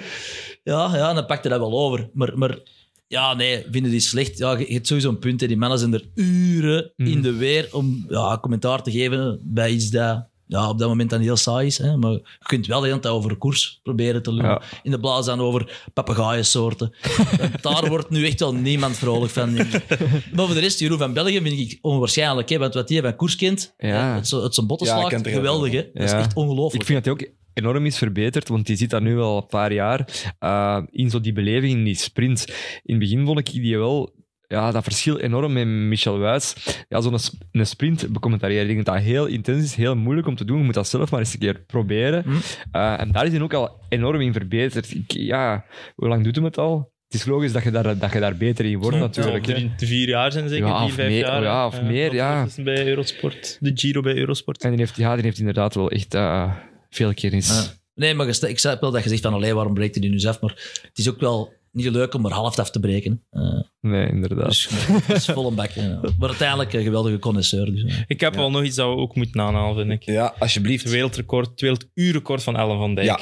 S4: Ja, ja, dan pakte dat wel over. Maar, maar ja, nee, vinden die slecht. Ja, je je hebt sowieso een punt. Hè. Die mannen zijn er uren
S3: Mhm.
S4: in de weer om ja, commentaar te geven bij iets dat ja, op dat moment dan heel saai is. Hè. Maar je kunt wel de hele tijd over koers proberen te lullen.
S3: Ja.
S4: In de blaas dan over papegaaiensoorten. Want Daar wordt nu echt wel niemand vrolijk van. denk ik. Maar voor de rest, Jeroen van België vind ik onwaarschijnlijk. Hè, want wat hij van koers kent,
S3: Ja.
S4: hè, het, zo- het zijn botten
S2: Ja, ik
S4: slaakt,
S2: ken het heel
S4: geweldig. Hè. Dat is
S3: Ja.
S4: echt
S3: Ik
S4: ongelooflijk.
S3: vind dat hij ook enorm is verbeterd, want die zit daar nu al een paar jaar eh, in zo die beleving, in die sprint. In het begin vond ik die wel... ja, dat verschil enorm met Michel Wuits. Ja, zo'n sp- een sprint becommentariëren, ik denk dat dat heel intens is, heel moeilijk om te doen. Je moet dat zelf maar eens een keer proberen. Eh, en daar is hij ook al enorm in verbeterd. Ik, ja, hoe lang doet hem het al? Het is logisch dat je daar, dat je daar beter in wordt, natuurlijk. hè.
S5: Drie, vier jaar zijn zeker,
S3: Ja,
S5: vier,
S3: of
S5: vijf
S3: meer-
S5: jaar.
S3: ja, of meer,
S5: dat
S3: ja.
S5: is Bij Eurosport, de Giro bij Eurosport.
S3: En die heeft, ja, die heeft inderdaad wel echt eh, veel kennis.
S4: Ja. Nee, maar gest- ik snap wel dat je zegt van allee, waarom breekt hij die nu af? Maar het is ook wel niet leuk om er half af te breken. hè. Eh,
S3: Nee, inderdaad.
S4: dus het is vol een bak. ja. Maar uiteindelijk een geweldige connoisseur. Dus, eh.
S5: Ik heb wel nog iets dat we ook moeten aanhalen, vind ik.
S2: Ja, alsjeblieft.
S5: Het wereldrecord, het werelduurrecord van Ellen van Dijk.
S2: Ja.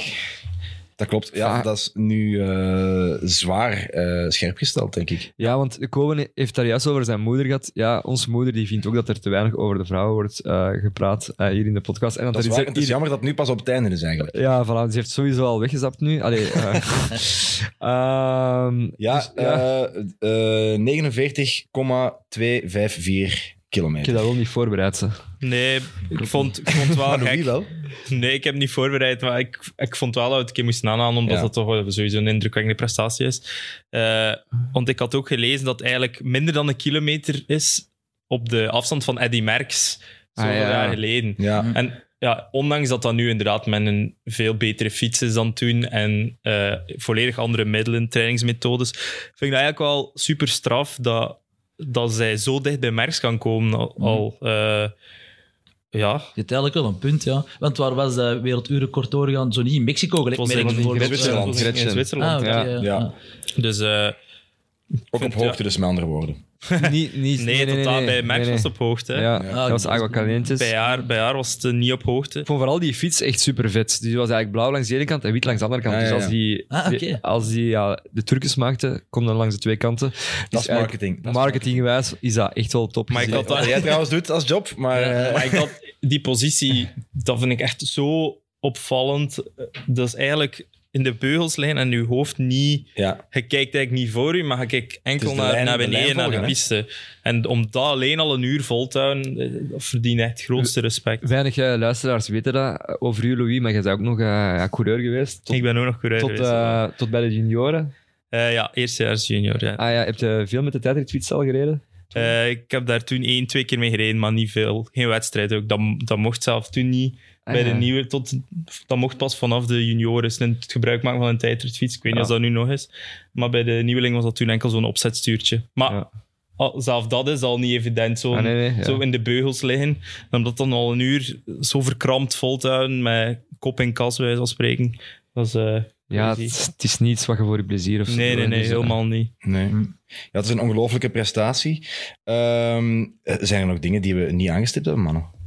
S2: Dat klopt. Ja,
S3: Ah.
S2: dat is nu eh, zwaar eh, scherp gesteld, denk ik.
S3: Ja, want Koen heeft daar juist over zijn moeder gehad. Ja, onze moeder die vindt ook dat er te weinig over de vrouwen wordt eh, gepraat eh, hier in de podcast. En dat,
S2: Dat is
S3: er
S2: waar.
S3: is
S2: en Het is jammer dat het nu pas op het einde is, eigenlijk.
S3: Ja, voilà, die heeft sowieso al weggezapt nu. Allee, eh, ehm,
S2: Ja,
S3: dus, ja,
S2: eh, eh, 49,254
S3: ik heb
S2: kilometer.
S3: dat wel niet voorbereid. ze.
S5: Nee, ik vond, ik vond het wel
S2: Maar
S5: gek.
S2: wie wel?
S5: Nee, ik heb niet voorbereid, maar ik, ik vond wel dat we het een keer moesten aanhalen, omdat
S2: Ja.
S5: dat toch wel sowieso een indrukwekkende prestatie is. Eh, want ik had ook gelezen dat het eigenlijk minder dan een kilometer is op de afstand van Eddy Merckx, zoveel
S3: Ah, ja.
S5: jaar geleden.
S2: Ja.
S5: En ja, ondanks dat dat nu inderdaad met een veel betere fiets is dan toen en eh, volledig andere middelen, trainingsmethodes, vind ik dat eigenlijk wel super straf dat, dat zij zo dicht bij Merckx kan komen al. al, eh, ja,
S4: Uiteindelijk wel een punt, ja. Want waar was dat werelduurrecord doorgegaan? Zo niet in Mexico,
S5: het
S4: gelijk
S5: was
S4: merk
S5: in, in
S4: bijvoorbeeld.
S5: Zwitserland.
S2: Zwitserland.
S5: In Zwitserland,
S4: Ah, oké,
S5: ja.
S4: ja.
S2: Ja.
S4: Ah.
S5: Dus eh,
S2: Ook op
S5: vind-
S2: hoogte, dus met andere woorden.
S3: Niet, niet,
S5: nee, totaal bij Merckx was het op hoogte. hè.
S3: Ja, Dus-
S2: Ja.
S3: dat was Agua Calientes.
S5: Bij, haar, bij haar was het eh, niet op hoogte.
S3: Ik vond vooral die fiets echt super vet. Die was eigenlijk blauw langs de ene kant en wit langs de andere kant.
S2: Ja, ja,
S3: Dus als
S2: ja.
S3: die,
S4: Ah, oké.
S3: die- als die ja, de Turkers maakten, kom dan langs de twee kanten. Dus
S2: Dat is marketing. Dat is
S3: Marketingwijs is dat echt wel top. Dus
S5: Maar ik
S3: gezien.
S5: had
S2: Wat
S5: dat,
S2: jij trouwens doet als job, maar... eh,
S5: maar ik had die positie, dat vind ik echt zo opvallend. Eh, Dat is eigenlijk in de beugelslijn en uw hoofd niet.
S2: ja.
S5: Je kijkt eigenlijk niet voor u, maar je kijkt enkel
S2: de
S5: naar,
S2: lijn-
S5: naar
S2: de lijn
S5: beneden, naar de
S2: volgen, hè?
S5: piste. En om dat alleen al een uur vol te houden, eh, dat verdient echt grootste respect.
S3: Weinig eh, luisteraars weten dat eh, over u, Louis, maar jij bent ook nog eh, ja, coureur geweest. Tot,
S5: ik ben ook nog coureur
S3: tot,
S5: geweest.
S3: eh, tot bij de junioren.
S5: Eh, ja, eerstejaars junior. Ja.
S3: Ah ja, heb je veel met de tijdritfiets al gereden?
S5: Eh, ik heb daar toen één, twee keer mee gereden, maar niet veel. Geen wedstrijd ook. Dat, dat mocht zelf toen niet.
S3: Ah,
S5: bij
S3: ja.
S5: de nieuwe, tot, dat mocht pas vanaf de junioren het gebruik maken van een tijdritfiets. Ik weet niet
S3: Ja.
S5: of dat nu nog is. Maar bij de nieuweling was dat toen enkel zo'n opzetstuurtje. Maar
S3: Ja.
S5: al- zelf dat is al niet evident. Zo,
S3: Ah, nee, nee, ja.
S5: zo in de beugels liggen. En om dat dan al een uur zo verkrampt vol te houden met kop en kas, bij wijze van spreken. Dat is, eh,
S3: Ja, het,
S5: crazy.
S3: is- het is niets wat je voor je plezier of zo
S5: nee, nee,
S3: doet,
S5: nee,
S3: dus, eh,
S5: helemaal niet.
S2: Nee. Ja, het is een ongelofelijke prestatie. Ehm, eh, zijn er nog dingen die we niet aangestipt hebben, mannen?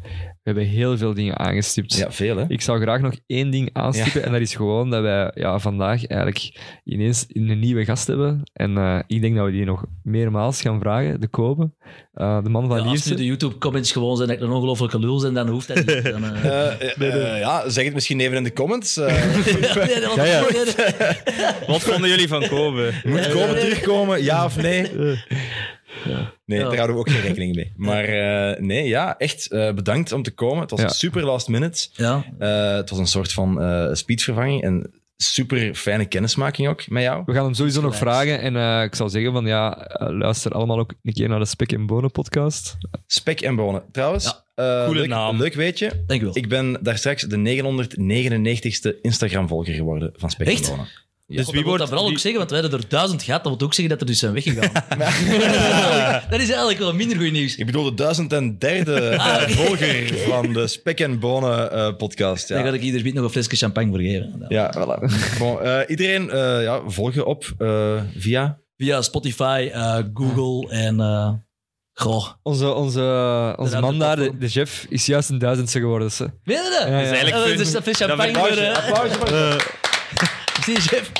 S3: We hebben heel veel dingen aangestipt.
S2: Ja, veel, hè?
S3: Ik zou graag nog één ding aanstippen. En dat is gewoon dat wij ja, vandaag eigenlijk ineens een nieuwe gast hebben. En eh, ik denk dat we die nog meermaals gaan vragen. De Kopen, eh, de man van
S4: Ja, als nu
S3: Lierse.
S4: de YouTube-comments gewoon zijn dat ik een ongelofelijke lul ben, dan hoeft dat niet. Dan, eh,
S2: Eh, eh, eh, ja, zeg het misschien even in de comments. eh.
S4: nee, dat was- nee, nee.
S5: Wat vonden jullie van Kobe?
S2: Moet komen terugkomen, ja of nee? Nee, daar houden we ook geen rekening mee. Maar eh, nee, ja, echt eh, bedankt om te komen. Het was
S3: Ja.
S2: super last minute.
S4: Ja,
S2: Eh, het was een soort van eh speedvervanging en super fijne kennismaking ook met jou.
S3: We gaan hem sowieso nog vragen. En eh, ik zou zeggen van ja, eh, luister allemaal ook een keer naar de Spek en Bonen podcast.
S2: Spek en bonen. Trouwens, eh,
S5: Coole
S2: leuk,
S5: naam.
S2: leuk weetje.
S4: dank je wel.
S2: Ik ben daar straks de 999ste Instagram-volger geworden van Spek
S4: Echt?
S2: en Bonen.
S5: Dus
S4: dat
S5: wie
S4: wil
S5: wordt...
S4: dat vooral
S5: wie-
S4: ook zeggen, want we hadden er duizend gehad. Dat wil ook zeggen dat er dus zijn weggegaan. dat is eigenlijk wel minder goed nieuws.
S2: Ik bedoel de duizend en derde eh, volger van de Spek en Bonen eh, podcast. Ja.
S4: Daar ga ik ieder biet nog een flesje champagne voor geven. Ja.
S2: Ja, voilà. Bon, eh, iedereen eh ja, volgen op eh, via.
S4: Via Spotify, eh, Google en... eh, goh,
S3: Onze, onze, onze
S4: De
S3: man daar, de,
S4: platform.
S3: de chef, is juist een duizendste geworden. ze.
S4: Weet je dat?
S3: ja.
S5: Dat is eigenlijk
S4: Eh, dus
S5: fun.
S4: dat is champagne
S5: Dat
S4: voor...
S5: vind ik-
S4: eh, Zie je, chef?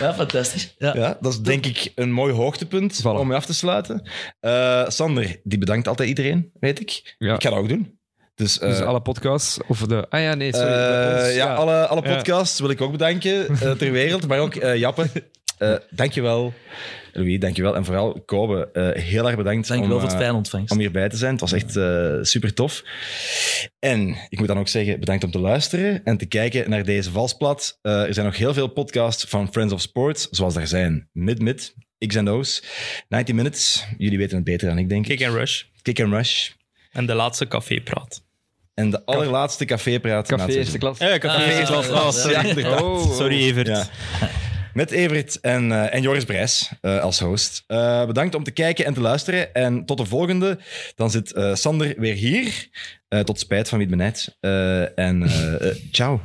S4: Ja, fantastisch. Ja.
S2: Ja, dat is denk ik een mooi hoogtepunt
S3: Voilà.
S2: om mee af te sluiten. Eh, Sander, die bedankt altijd iedereen, weet ik.
S3: Ja.
S2: Ik ga dat ook doen. Dus, eh,
S3: Dus alle podcasts of de... Ah ja, nee,
S2: eh,
S3: sorry. dus- bij ons,
S2: ja, alle, alle podcasts wil ik ook bedanken eh, ter wereld, maar ook eh Jappe. Eh dankjewel, Louis, dankjewel. En vooral Kobe, eh, heel erg bedankt
S4: Dankjewel
S2: om,
S4: voor het
S2: eh,
S4: fijne ontvangst.
S2: om hierbij te zijn. Het was echt eh, super tof. En ik moet dan ook zeggen, bedankt om te luisteren en te kijken naar deze valsplat. Eh, er zijn nog heel veel podcasts van Friends of Sports, zoals daar zijn Mid-Mid, X en O's. 90 minutes, jullie weten het beter dan ik, denk ik.
S5: Kick and Rush.
S2: Kick and Rush.
S5: En de laatste cafépraat.
S2: En de allerlaatste cafépraat. na
S3: Café
S2: het
S3: eerste
S2: seizoen.
S3: klas.
S5: Ja, Eh, café
S4: Ah,
S5: is
S4: ja,
S5: wel
S2: Ja,
S5: sorry.
S2: inderdaad.
S3: Oh.
S5: Sorry, Evert.
S2: Ja. Met Evert en, eh, en Joris Brijs eh, als host. Eh, bedankt om te kijken en te luisteren. En tot de volgende. Dan zit eh, Sander weer hier. Eh, tot spijt van wie het benijdt. Eh, en eh, eh, ciao.